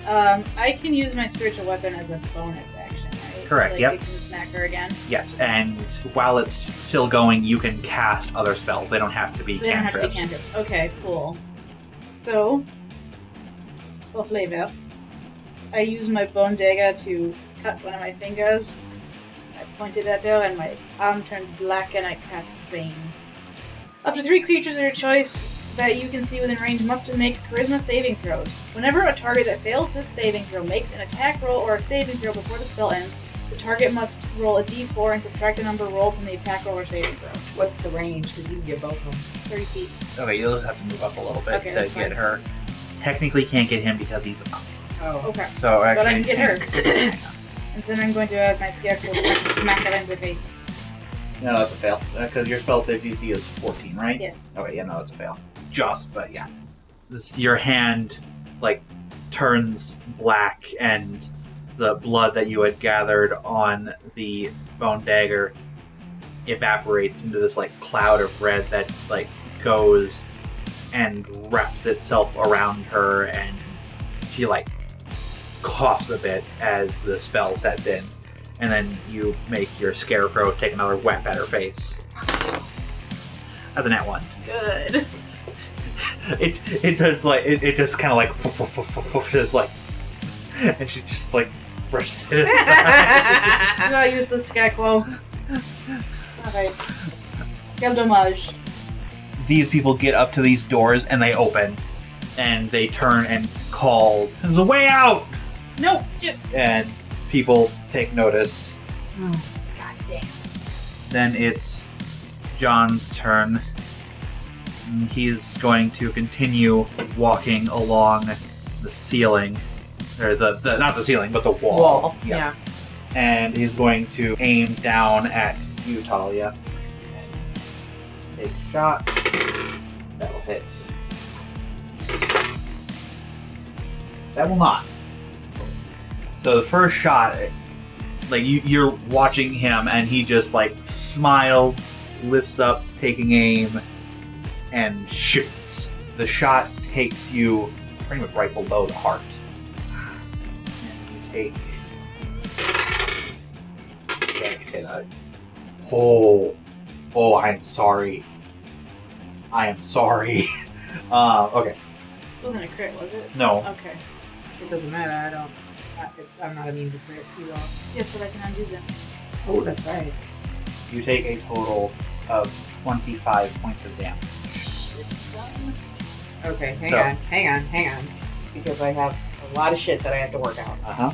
Um, I can use my spiritual weapon as a bonus action, right? Correct, Like yep. I can smack her again. Yes, and while it's still going, you can cast other spells. They don't have to be They don't have to be cantrips. cantrips. Okay, cool. So, for flavor, I use my bone dagger to cut one of my fingers. I point it at her, and my arm turns black, and I cast Bane. Up to three creatures of your choice that you can see within range must make charisma saving throws. Whenever a target that fails this saving throw makes an attack roll or a saving throw before the spell ends, the target must roll a d4 and subtract the number rolled from the attack roll or saving throw. What's the range? Because you can get both of them. 30 feet. Okay, you'll just have to move up a little bit Okay, to get that's fine. her. Technically, can't get him because he's up. Oh. Okay. So But I can get her. and then I'm going to add my scarecrow and smack her in the face. *laughs* No, that's a fail because your spell save DC is fourteen, right? Yes. Okay, Oh, yeah, no, that's a fail. Just, but yeah. This, your hand, like, turns black, and the blood that you had gathered on the bone dagger evaporates into this, like, cloud of red that, like, goes and wraps itself around her, and she, like, coughs a bit as the spell sets in. And then you make your scarecrow take another whack at her face. That's an at one Good. *laughs* it it does like it, it just kind of like *laughs* fuff, fuff, fuff, fuff, fuff, just like and she just like brushes it aside. You are useless, scarecrow. Alright. Quel dommage. these people get up to these doors and they open and they turn and call there's a way out No! j- and people take notice God damn. then it's John's turn. And He's going to continue walking along the ceiling, or the, the not the ceiling, but the *laughs* wall. Wall, And he's going to aim down at you, Talia. And take a shot. That will hit. That will not. So the first shot, like you, you're watching him and he just like smiles lifts up taking aim and shoots the shot takes you pretty much right below the heart and you take Yeah, you take a- oh oh i'm sorry i am sorry *laughs* uh, okay Wasn't a crit, was it? no Okay. It doesn't matter. I don't. I, I'm not immune to crit too long. Yes, but I can undo them. Oh, that's right. you take a total of 25 points of damage Okay, hang So- on, hang on, hang on, because I have a lot of shit that I have to work out. uh-huh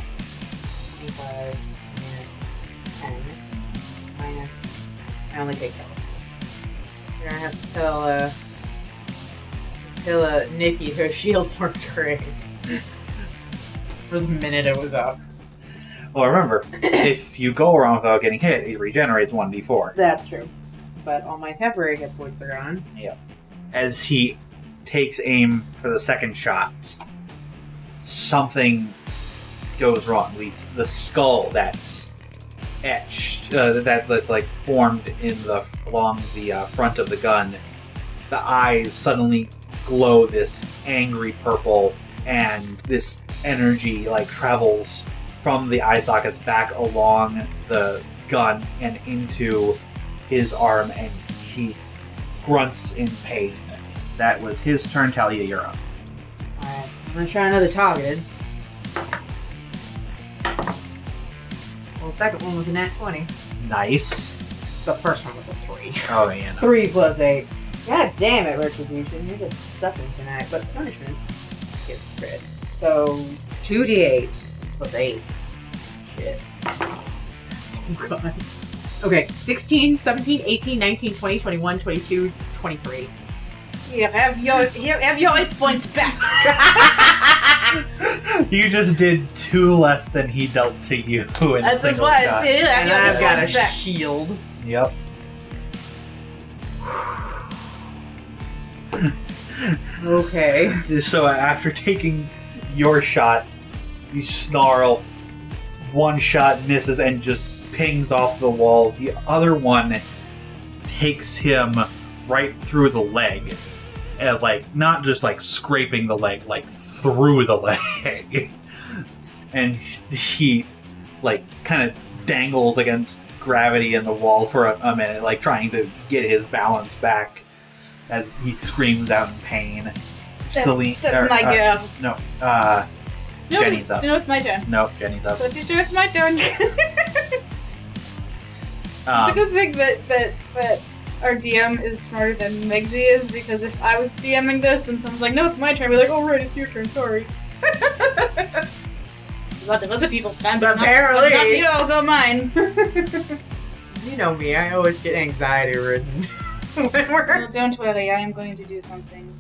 25 minus 10 minus. I only take that. And I have to tell, uh, tell uh, Nikki her shield worked great. For *laughs* the minute it was up. Well, remember, *coughs* if you go around without getting hit, it regenerates 1d4. That's true. But all my temporary hit points are gone. As he takes aim for the second shot, something goes wrong. The, the skull that's etched, uh, that, that's like formed in the along the uh, front of the gun, the eyes suddenly glow this angry purple, and this energy like travels from the eye sockets back along the gun and into his arm, and he grunts in pain. That was his turn. Talia, you're up. Alright, I'm gonna try another targeted. Well, the second one was a nat 20. Nice. The first one was a *laughs* 3. Oh man. 3 plus 8. God damn it, Retribution. You're just sucking tonight, but punishment gets crit. So, 2d8 plus 8. Shit. *laughs* Oh god. Okay, 16, 17, 18, 19, 20, 21, 22, 23. Here, have your here, *laughs* have your *laughs* eight points *laughs* back. *laughs* You just did two less than he dealt to you. In a As is single what shot. I still have And your I've eight got a points back. shield. Yep. Okay. So after taking your shot, you snarl. One shot misses and just pings off the wall. The other one takes him right through the leg. And like not just like scraping the leg, like through the *laughs* leg. and he like kind of dangles against gravity and the wall for a, a minute, like trying to get his balance back as he screams out in pain. Celine- That's or, my uh, girl. no, uh, No, Jenny's it's, up. no, it's my turn. no, Jenny's up. Pretty sure it's my turn. It's a Um, good thing that, that that our DM is smarter than Megsy is because if I was DMing this and someone's like, "No, it's my turn," I'd be like, "Oh right, it's your turn. Sorry." *laughs* it's not the other people's time, but not, but not Apparently. yours or *laughs* mine. You know me, I always get anxiety ridden *laughs* when we're. well, don't worry, I am going to do something.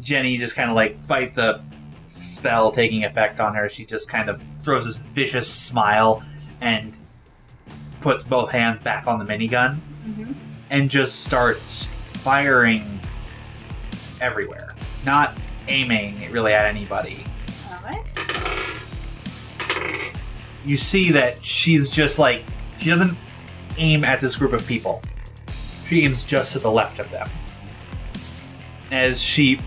Jenny just kind of like bite the spell taking effect on her. She just kind of throws this vicious smile and puts both hands back on the minigun Mm-hmm. and just starts firing everywhere. Not aiming really at anybody. All right. You see that she's just like, she doesn't aim at this group of people. She aims just to the left of them. As she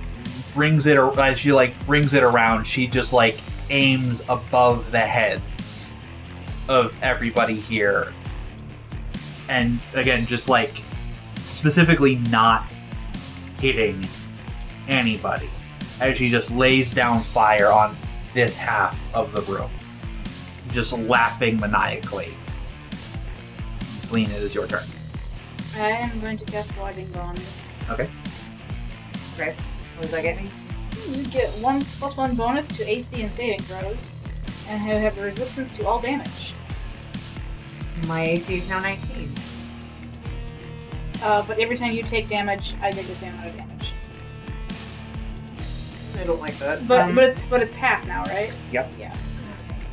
brings it, ar- as she like brings it around, she just like aims above the heads of everybody here, and again, just like specifically not hitting anybody, as she just lays down fire on this half of the room, just laughing maniacally. Selena, it is your turn. I am going to cast Warding Bond. What does that get me? Hmm, You get one plus one bonus to AC and saving throws, and you have resistance to all damage. My AC is now 19. Uh, but every time you take damage, I get the same amount of damage. I don't like that. But Um, but it's but it's half now, right?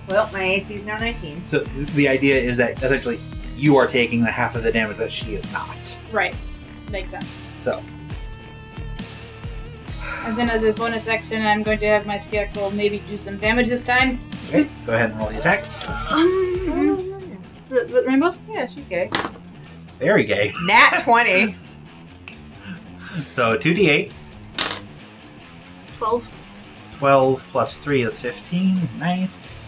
well, my AC is now 19. So the idea is that essentially you are taking the half of the damage that she is not. Right. Makes sense. So And then as a bonus action, I'm going to have my scarecrow maybe do some damage this time. okay, go ahead and roll the attack. The, the rainbow? Yeah, she's gay. Very gay. *laughs* Nat 20. So 2d8, 12. 12 plus 3 is 15. Nice.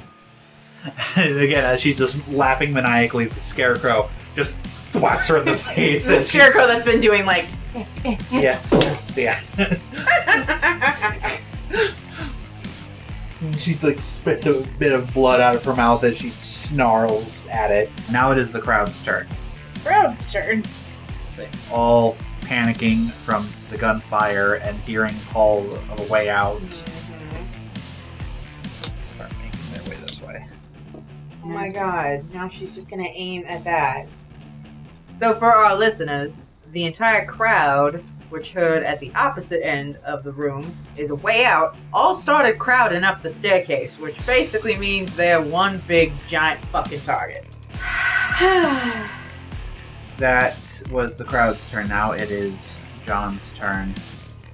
*laughs* And again, as she's just laughing maniacally, the scarecrow just thwaps her in the *laughs* face. The scarecrow that's been doing like Yeah. Yeah. *laughs* she like spits a bit of blood out of her mouth as she snarls at it. Now it is the crowd's turn. Crowd's turn. They all panicking from the gunfire and hearing call of a way out. Start making their way this way. Oh my god, now she's just gonna aim at that. So, for our listeners, the entire crowd, which heard at the opposite end of the room, is way out, all started crowding up the staircase, which basically means they're one big giant fucking target. *sighs* That was the crowd's turn. Now it is John's turn.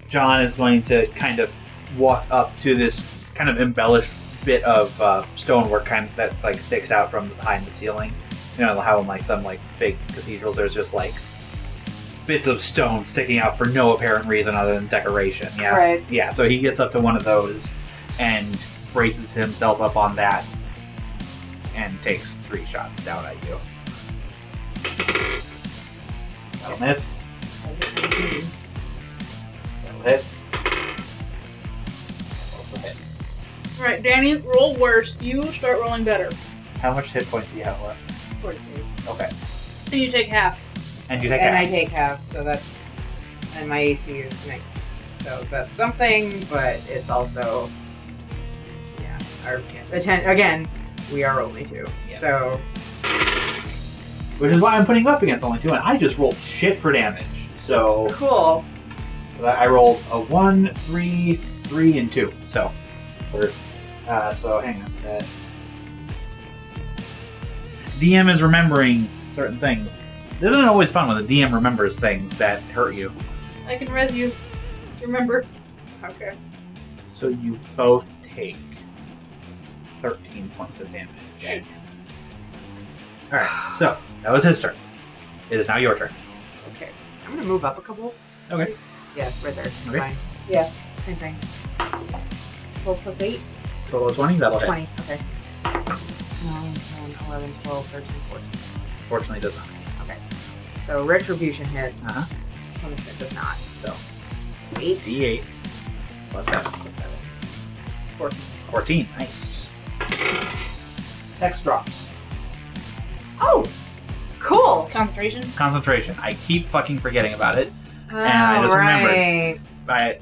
John is going to kind of walk up to this kind of embellished bit of uh, stonework kind of, that like sticks out from behind the ceiling. You know how in like some like big cathedrals there's just like bits of stone sticking out for no apparent reason other than decoration. Yeah, Right. yeah. So he gets up to one of those and braces himself up on that and takes three shots down at you. That'll miss. That'll hit. That'll also hit. All right, Danny, roll worse. You start rolling better. How much hit points do you have left? Okay. And you take half. And you take and half. I take half, so that's. And my AC is 9. So that's something, but it's also. Yeah. Our, atten- again, we are only two. Yeah. So. Which is why I'm putting you up against only two, and I just rolled shit for damage. So Cool. I rolled a one, three, three, and two. So, we're, uh, so hang on. That. DM is remembering certain things. This isn't always fun when the DM remembers things that hurt you. I can res you. Remember. Okay. So you both take 13 points of damage. Alright, so that was his turn. It is now your turn. Okay. I'm gonna move up a couple. Okay. Yeah, right there. It's Okay. Fine. Yeah. Same thing. 12 plus 8? Total of 20, that'll hit. 20. Okay. 9, 10, 11, 12, 13, 14. Fortunately, it does not. So retribution hits. Uh-huh. Punishment does not. So 8 D8 plus 7. plus 7. 14. 14. Nice. Hex drops. Oh! Cool! Concentration. Concentration. I keep fucking forgetting about it, All Ah, I right. just remembered. but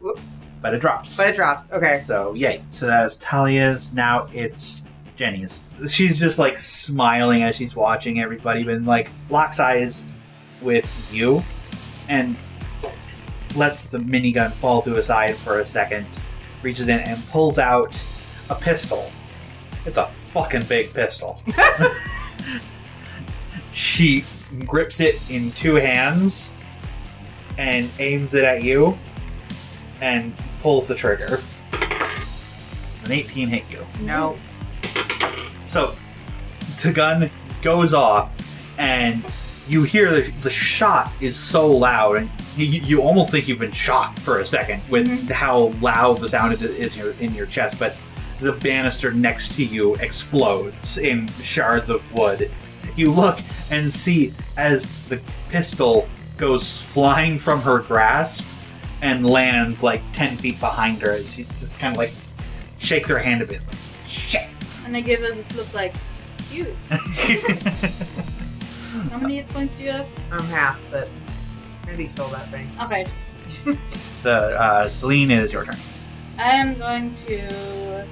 Whoops. but it drops. But it drops. Okay. So yay. So that was Talia's. Now it's Jenny's. She's just like smiling as she's watching everybody, but like locks eyes with you, and lets the minigun fall to his side for a second. Reaches in and pulls out a pistol. It's a fucking big pistol. she grips it in two hands and aims it at you and pulls the trigger an 18 hit you. No. So the gun goes off, and you hear the, the shot is so loud, and you, you almost think you've been shot for a second with how loud the sound is- is in your, in your chest. But the banister next to you explodes in shards of wood. You look and see as the pistol goes flying from her grasp and lands like 10 feet behind her. She just kind of like shakes her hand a bit. Like, Shit! And they give us this look like, you. How many hit points do you have? I'm half, but maybe stole that thing. Okay. *laughs* so, uh, Celine, it is your turn. I am going to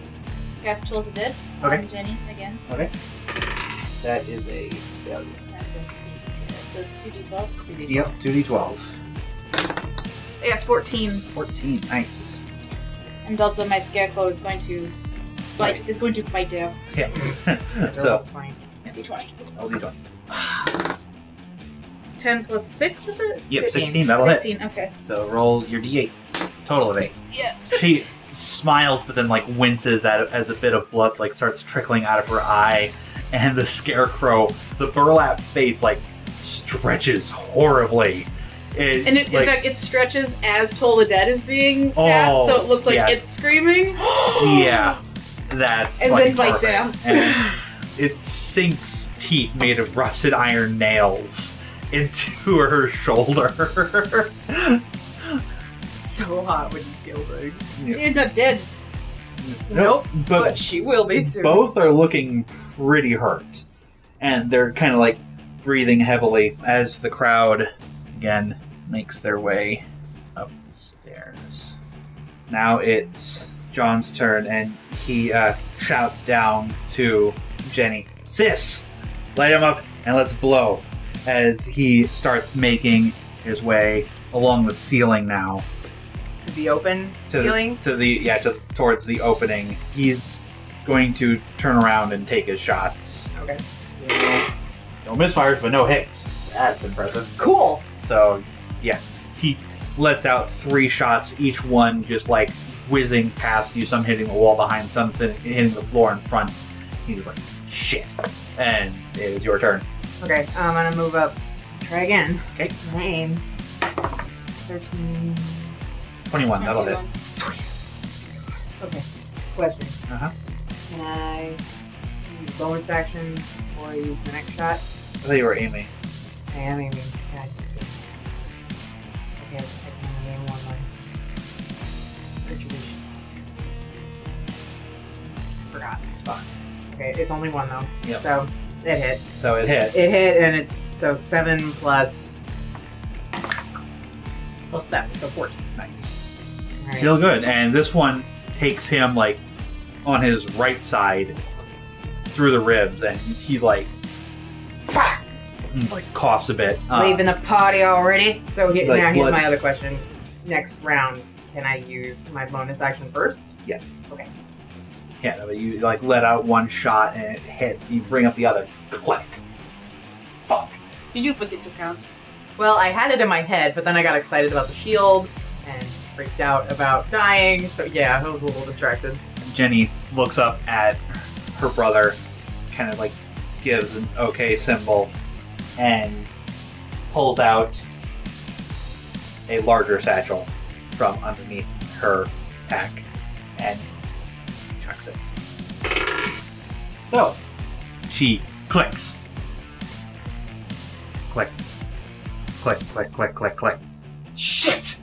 cast Tools of Dead Okay. on Jenny again. That is a failure. And that's the- So it's 2d12. Yep, 2d12. Yeah, 14. 14, *laughs* nice. And also my scarecrow is going to bite. Is going to bite you. Yeah. Double so, fine. D20. I'll be done. 10 plus 6 is it? Yep, Fifteen. 16, that'll hit. 16. Okay. So roll your d8. Total of 8. Yeah. She smiles, but then, like, winces at, as a bit of blood, like, starts trickling out of her eye, and the scarecrow, the burlap face, like, stretches horribly. It, And it, like, in fact, it stretches as Toll the Dead is being Oh, cast, so it looks like yes. it's *gasps* screaming. *gasps* Yeah, that's And fucking then bites perfect. down. And it sinks teeth made of rusted iron nails into her shoulder. *laughs* So hot when you kill things. She's not dead. Nope, But, but she will be soon. both are looking pretty hurt, and they're kind of like breathing heavily as the crowd again makes their way up the stairs. Now it's John's turn, and he uh, shouts down to Jenny, sis, light him up and let's blow. As he starts making his way along the ceiling now To the open to ceiling. to the yeah to towards the opening. He's going to turn around and take his shots. Okay. No misfires, but no hits. That's impressive. Cool. So yeah, he lets out three shots, each one just like whizzing past you, some hitting the wall behind, some t- hitting the floor in front. He's like, shit, and it is your turn. Okay, I'm gonna move up. Try again. Okay. Nine. Thirteen. Twenty-one. That'll hit. Okay. Question. Uh-huh. Can I use bonus action or use the next shot? I thought you were aiming. I am aiming. God. Okay, I can only aim one way. Retribution. Forgot. Fuck. Okay, it's only one though. Yep. So it hit. So it hit. It hit, and it's so seven plus plus seven, so fourteen. Nice. All right. Still good. And this one takes him like on his right side through the ribs, and he like, "Fuck!" and, like coughs a bit. Uh, leaving the party already. So he, Like now here's blood. my other question. Next round, can I use my bonus action first? yeah, but you like let out one shot and it hits. You bring up the other. Click. Fuck. Did you put it to count? Well, I had it in my head, but then I got excited about the shield and freaked out about dying. So yeah, I was a little distracted. Jenny looks up at her brother, kind of like gives an okay symbol, and pulls out a larger satchel from underneath her pack and chucks it. So she clicks. Click. Click, click, click, click, click. Shit!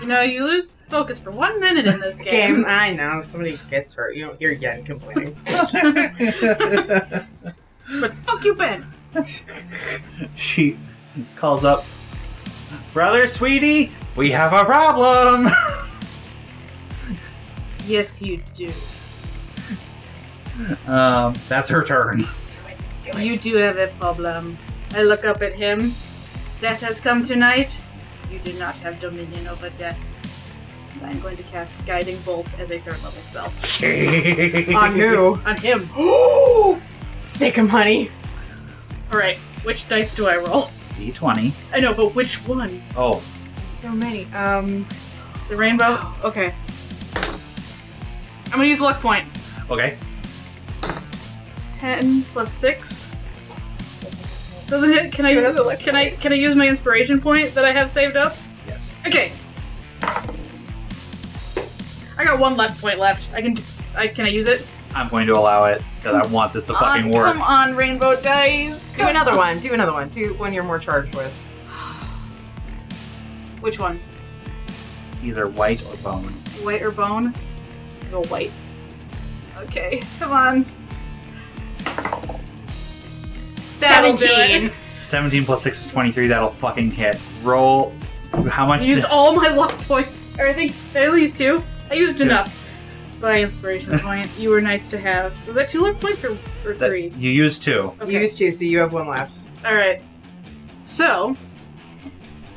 You know, you lose focus for one minute in this *laughs* game. Game, *laughs* I know somebody gets hurt. You don't hear Yen complaining. But fuck you, Ben. *laughs* she calls up, Brother, sweetie, we have a problem. *laughs* Yes, you do. um, that's her turn. *laughs* You do have a problem. I look up at him. Death has come tonight. You do not have dominion over death. I'm going to cast Guiding Bolt as a third level *laughs* spell. On *laughs* who? *gasps* On him. Sick him, honey. Alright, which dice do I roll? D20. I know, but which one? Oh, So many. Um, The rainbow? Okay. I'm gonna use luck point. okay. 10 plus 6. Doesn't hit. Can I can I can I use my inspiration point that I have saved up? Yes. Okay. I got one luck point left. I can I can I use it? I'm going to allow it because I want this to fucking Oh, work. Come on, rainbow dice. do another one. Do another one. Do one you're more charged with. Which one? Either white or bone. White or bone? Go white. Okay, come on. That'll do it. 17 plus 6 is 23. That'll fucking hit. Roll. How much? I used did- all my *laughs* luck points. Or I think I only used two. I used *laughs* Two. enough. By inspiration point, you were nice to have. Was that two luck points or, or that- three? You used two. Okay. You used two, so you have one left. All right. So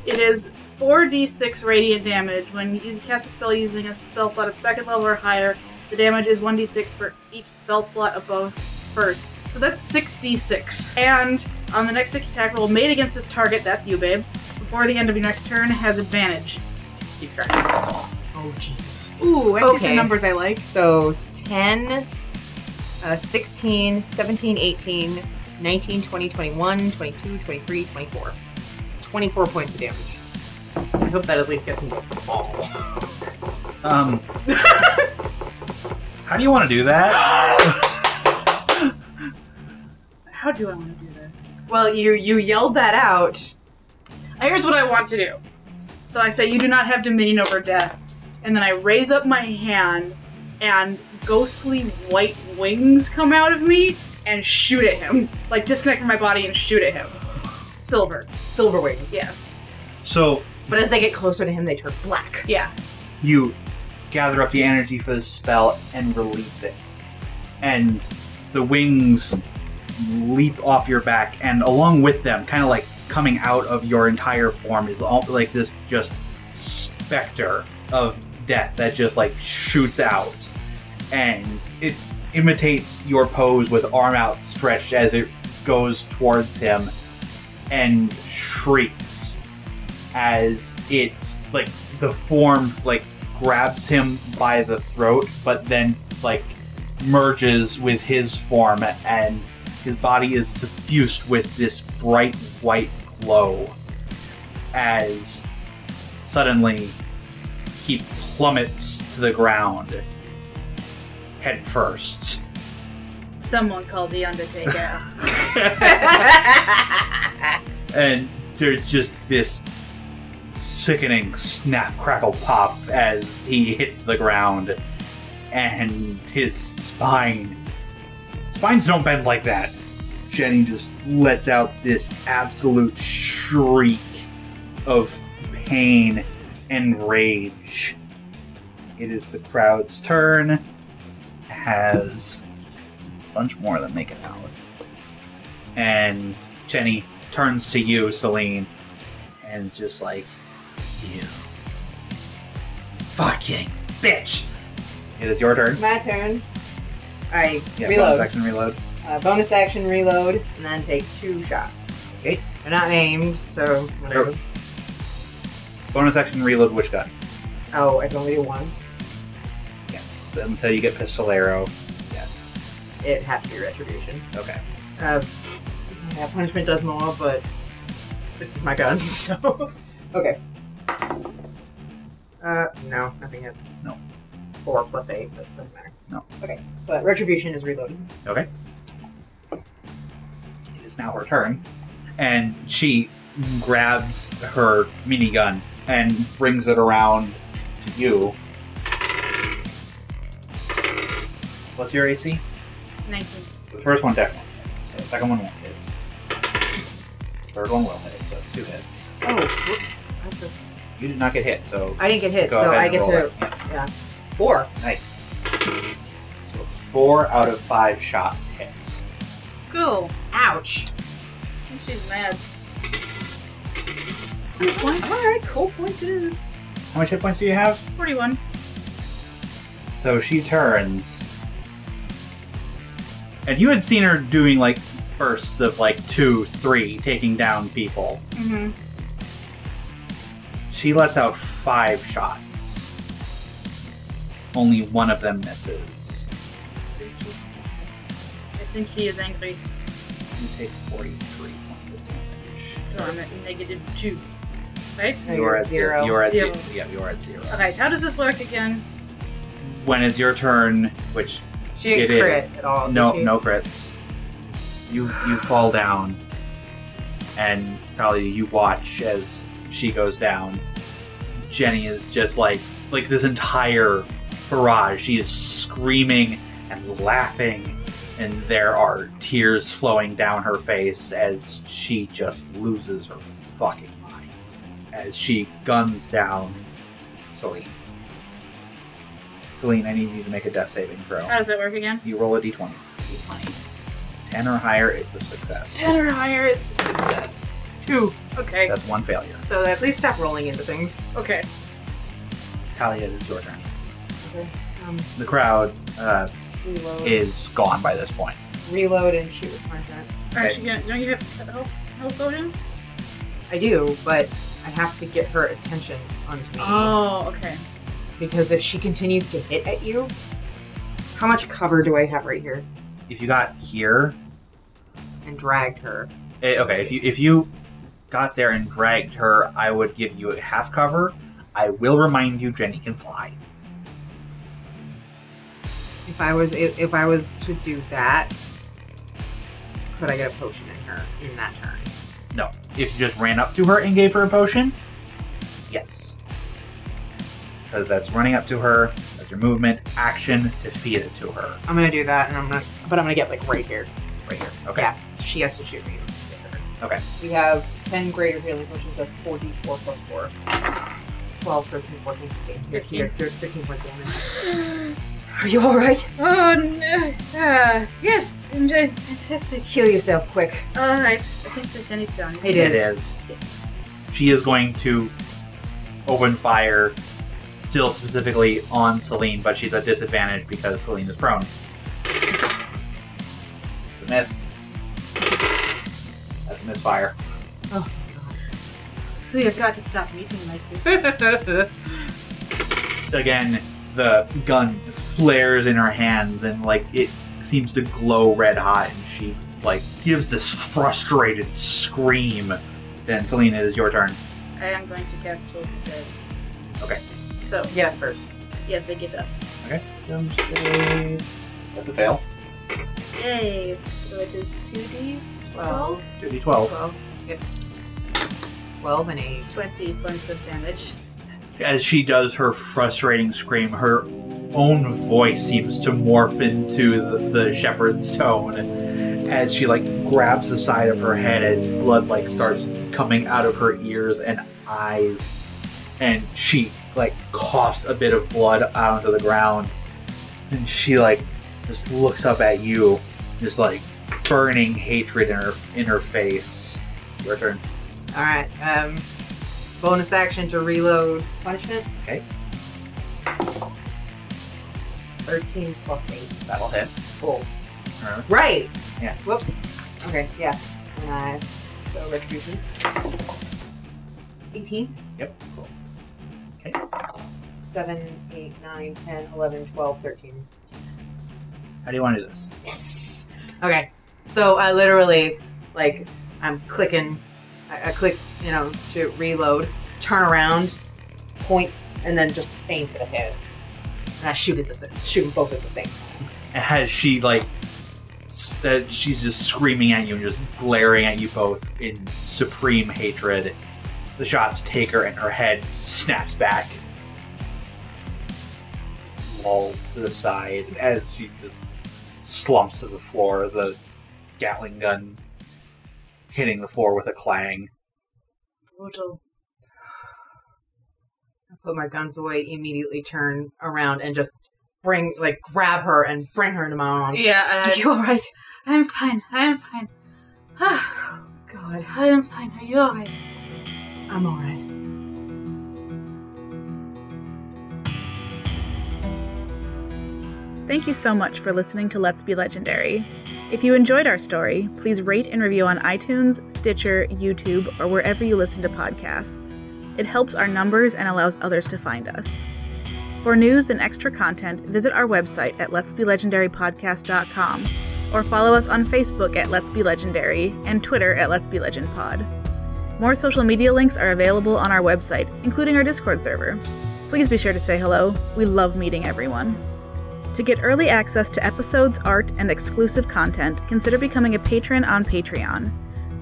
it is 4d6 radiant damage. When you cast a spell using a spell slot of second level or higher, the damage is 1d6 for each spell slot above first. So that's 6d6. And on the next attack roll made against this target, that's you, babe, before the end of your next turn, has advantage. Keep track. Oh Jesus. Ooh, I see Okay. some numbers I like. So 10, uh, 16, 17, 18, 19, 20, 21, 22, 23, 24. 24 points of damage. I hope that at least gets into the ball. *laughs* Um. how do you want to *gasps* do that? How do I want to do this? Well, you you yelled that out. Here's what I want to do. So I say, You do not have dominion over death. And then I raise up my hand, and ghostly white wings come out of me and shoot at him. Like, disconnect from my body and shoot at him. Silver. Silver wings. Yeah. so But as they get closer to him, they turn black. Yeah. you gather up the energy for the spell and release it. And the wings leap off your back, and along with them, kind of like coming out of your entire form, is all, like this just specter of death that just like shoots out, and it imitates your pose with arm outstretched as it goes towards him, and shrieks as it like the form like grabs him by the throat, but then like merges with his form, and his body is suffused with this bright white glow. As suddenly he plummets to the ground, head first. Someone called the Undertaker. and there's just this sickening snap, crackle, pop as he hits the ground, and his spine. Spines don't bend like that. Jenny just lets out this absolute shriek of pain and rage. It is the crowd's turn. Has a bunch more than make it out. And Jenny turns to you, Celine, and is just like, you fucking bitch. It is your turn. My turn. I Yeah, bonus reload. action reload. Uh, bonus action, reload, and then take two shots. Okay. They're not aimed, so whatever. Bonus action reload which gun? Oh, I can only do one. Yes. Until you get pistolero. Yes. It had to be retribution. Okay. Uh, yeah, punishment does more, but this is my gun, *laughs* so okay. Uh, no, I think that's No. Four plus eight, but doesn't matter. No. Okay, but retribution is reloaded. Okay. It is now her turn. And she grabs her minigun and brings it around to you. What's your AC? 19. So the first one definitely hits. So the second one won't hit. Third one will hit, so it's two hits. Oh, whoops! I, have to- You did not get hit, so I didn't get hit, go so ahead I and get roll to it. Yeah, four. nice. So four out of five shots hit. Cool. Ouch! She's mad. All right, cool points it is. How much hit points do you have? 41. So she turns. And you had seen her doing like bursts of like two, three, taking down people. Mm-hmm. She lets out five shots. Only one of them misses. I think she is angry, You take 43 points of damage. so I'm at negative 2. Right? No, you Oh, you're are at at zero. zero. You are at zero. Zero. Yeah, you are at zero. Okay, how does this work again? When it's your turn, which She didn't It crit at all. did No, she? no crits. You you fall down, and Talia, you watch as she goes down. Jenny is just like like this entire barrage. She is screaming and laughing, and there are tears flowing down her face as she just loses her fucking mind as she guns down Celine. Celine, I need you to make a death saving throw. How does it work again? You roll a d20. 10 or higher, it's a success. 10 or higher is a success. Two. Okay. That's one failure. So that's Please stop rolling into things. Okay. Talia, it's your turn. Um, The crowd uh, reload. is gone by this point. reload and shoot with my shot. Aren't you gonna, don't you have health, health potions? I do, but I have to get her attention onto me. Oh, okay. Because if she continues to hit at you, how much cover do I have right here? If you got here, And dragged her. eh, okay, if you if you got there and dragged her, I would give you a half cover. I will remind you, Jenny can fly. If I was if if I was to do that, could I get a potion in her in that turn? No, if you just ran up to her and gave her a potion, yes, because that's running up to her. That's your movement, action to feed it to her. I'm gonna do that, and I'm gonna but I'm gonna get like right here. Right here. Okay. Yeah, she has to shoot me. Okay. We have 10 greater healing potions, that's 4d4 plus 4. 12, 13, 14, 15, 15, 15 points of damage. *gasps* Are you alright? Oh, no. Uh, yes, MJ, fantastic. Heal yourself *laughs* quick. All right, I think that's Jenny's turn. isn't It it? It is. She is going to open fire, still specifically on Celine, but she's at disadvantage because Celine is prone. It's a miss. That's a misfire. We have got to stop meeting like this. Again, the gun flares in her hands and like it seems to glow red hot, and she like gives this frustrated scream. Then Celine, it is your turn. *laughs* I am going to cast Tools of Dead. Okay. So, Yeah, first. yes, I get up. That's a fail. Yay! So it is 2d, 12, 2d12. 12, yep. 12 and 8. 20 points of damage. as she does her frustrating scream, her own voice seems to morph into the, the shepherd's tone as she like grabs the side of her head as blood like starts coming out of her ears and eyes and she like coughs a bit of blood out onto the ground and she like just looks up at you just like burning hatred in her in her face your turn Alright, um, bonus action to reload punishment. Okay. 13 plus 8. that'll hit Cool. Uh-huh. Right! Yeah. Whoops. Okay, yeah. And I, so retribution. 18. yep cool 7, 8, 9, 10, 11, 12, 13. how do you want to do this Yes. Okay. So I literally, like, I'm clicking. I, I click, you know, to reload, turn around, point, and then just aim for the head. And I shoot at the sa- shoot 'em both at the same time. as she like st- she's just screaming at you and just glaring at you both in supreme hatred the shots take her and her head snaps back lolls to the side as she just slumps to the floor the gatling gun hitting the floor with a clang Brutal. I put my guns away, immediately turn around, and just bring, like, grab her and bring her into my arms. Yeah, *laughs* Are and you all right? I'm fine, I'm fine. *sighs* Oh, God, I am fine, are you alright? I'm all right. Thank you so much for listening to Let's Be Legendary. If you enjoyed our story, please rate and review on iTunes, Stitcher, YouTube, or wherever you listen to podcasts. It helps our numbers and allows others to find us. For news and extra content, visit our website at letsbelegendarypodcast.com or follow us on Facebook at Let's Be Legendary and Twitter at Let's Be Legend Pod. More social media links are available on our website, including our Discord server. Please be sure to say hello. We love meeting everyone. To get early access to episodes, art, and exclusive content, consider becoming a patron on Patreon.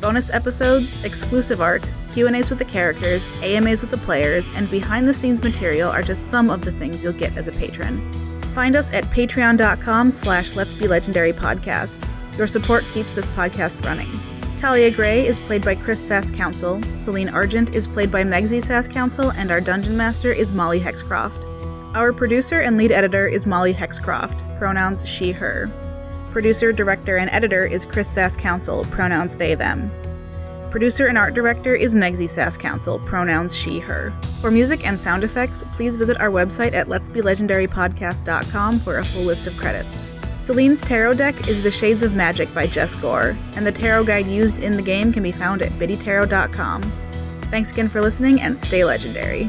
Bonus episodes, exclusive art, Q&As with the characters, AMAs with the players, and behind-the-scenes material are just some of the things you'll get as a patron. Find us at patreon.com slash let's be legendary podcast. Your support keeps this podcast running. Talia Gray is played by Chris Sass Council, Celine Argent is played by Megsy Sass Council, and our Dungeon Master is Molly Hexcroft. Our producer and lead editor is Molly Hexcroft, pronouns she, her. Producer, director, and editor is Chris Sass Council, pronouns they, them. Producer and art director is Megsy Sass Council, pronouns she, her. For music and sound effects, please visit our website at letsbelegendarypodcast.com for a full list of credits. Celine's tarot deck is The Shades of Magic by Jess Gore, and the tarot guide used in the game can be found at biddytarot.com. Thanks again for listening and stay legendary.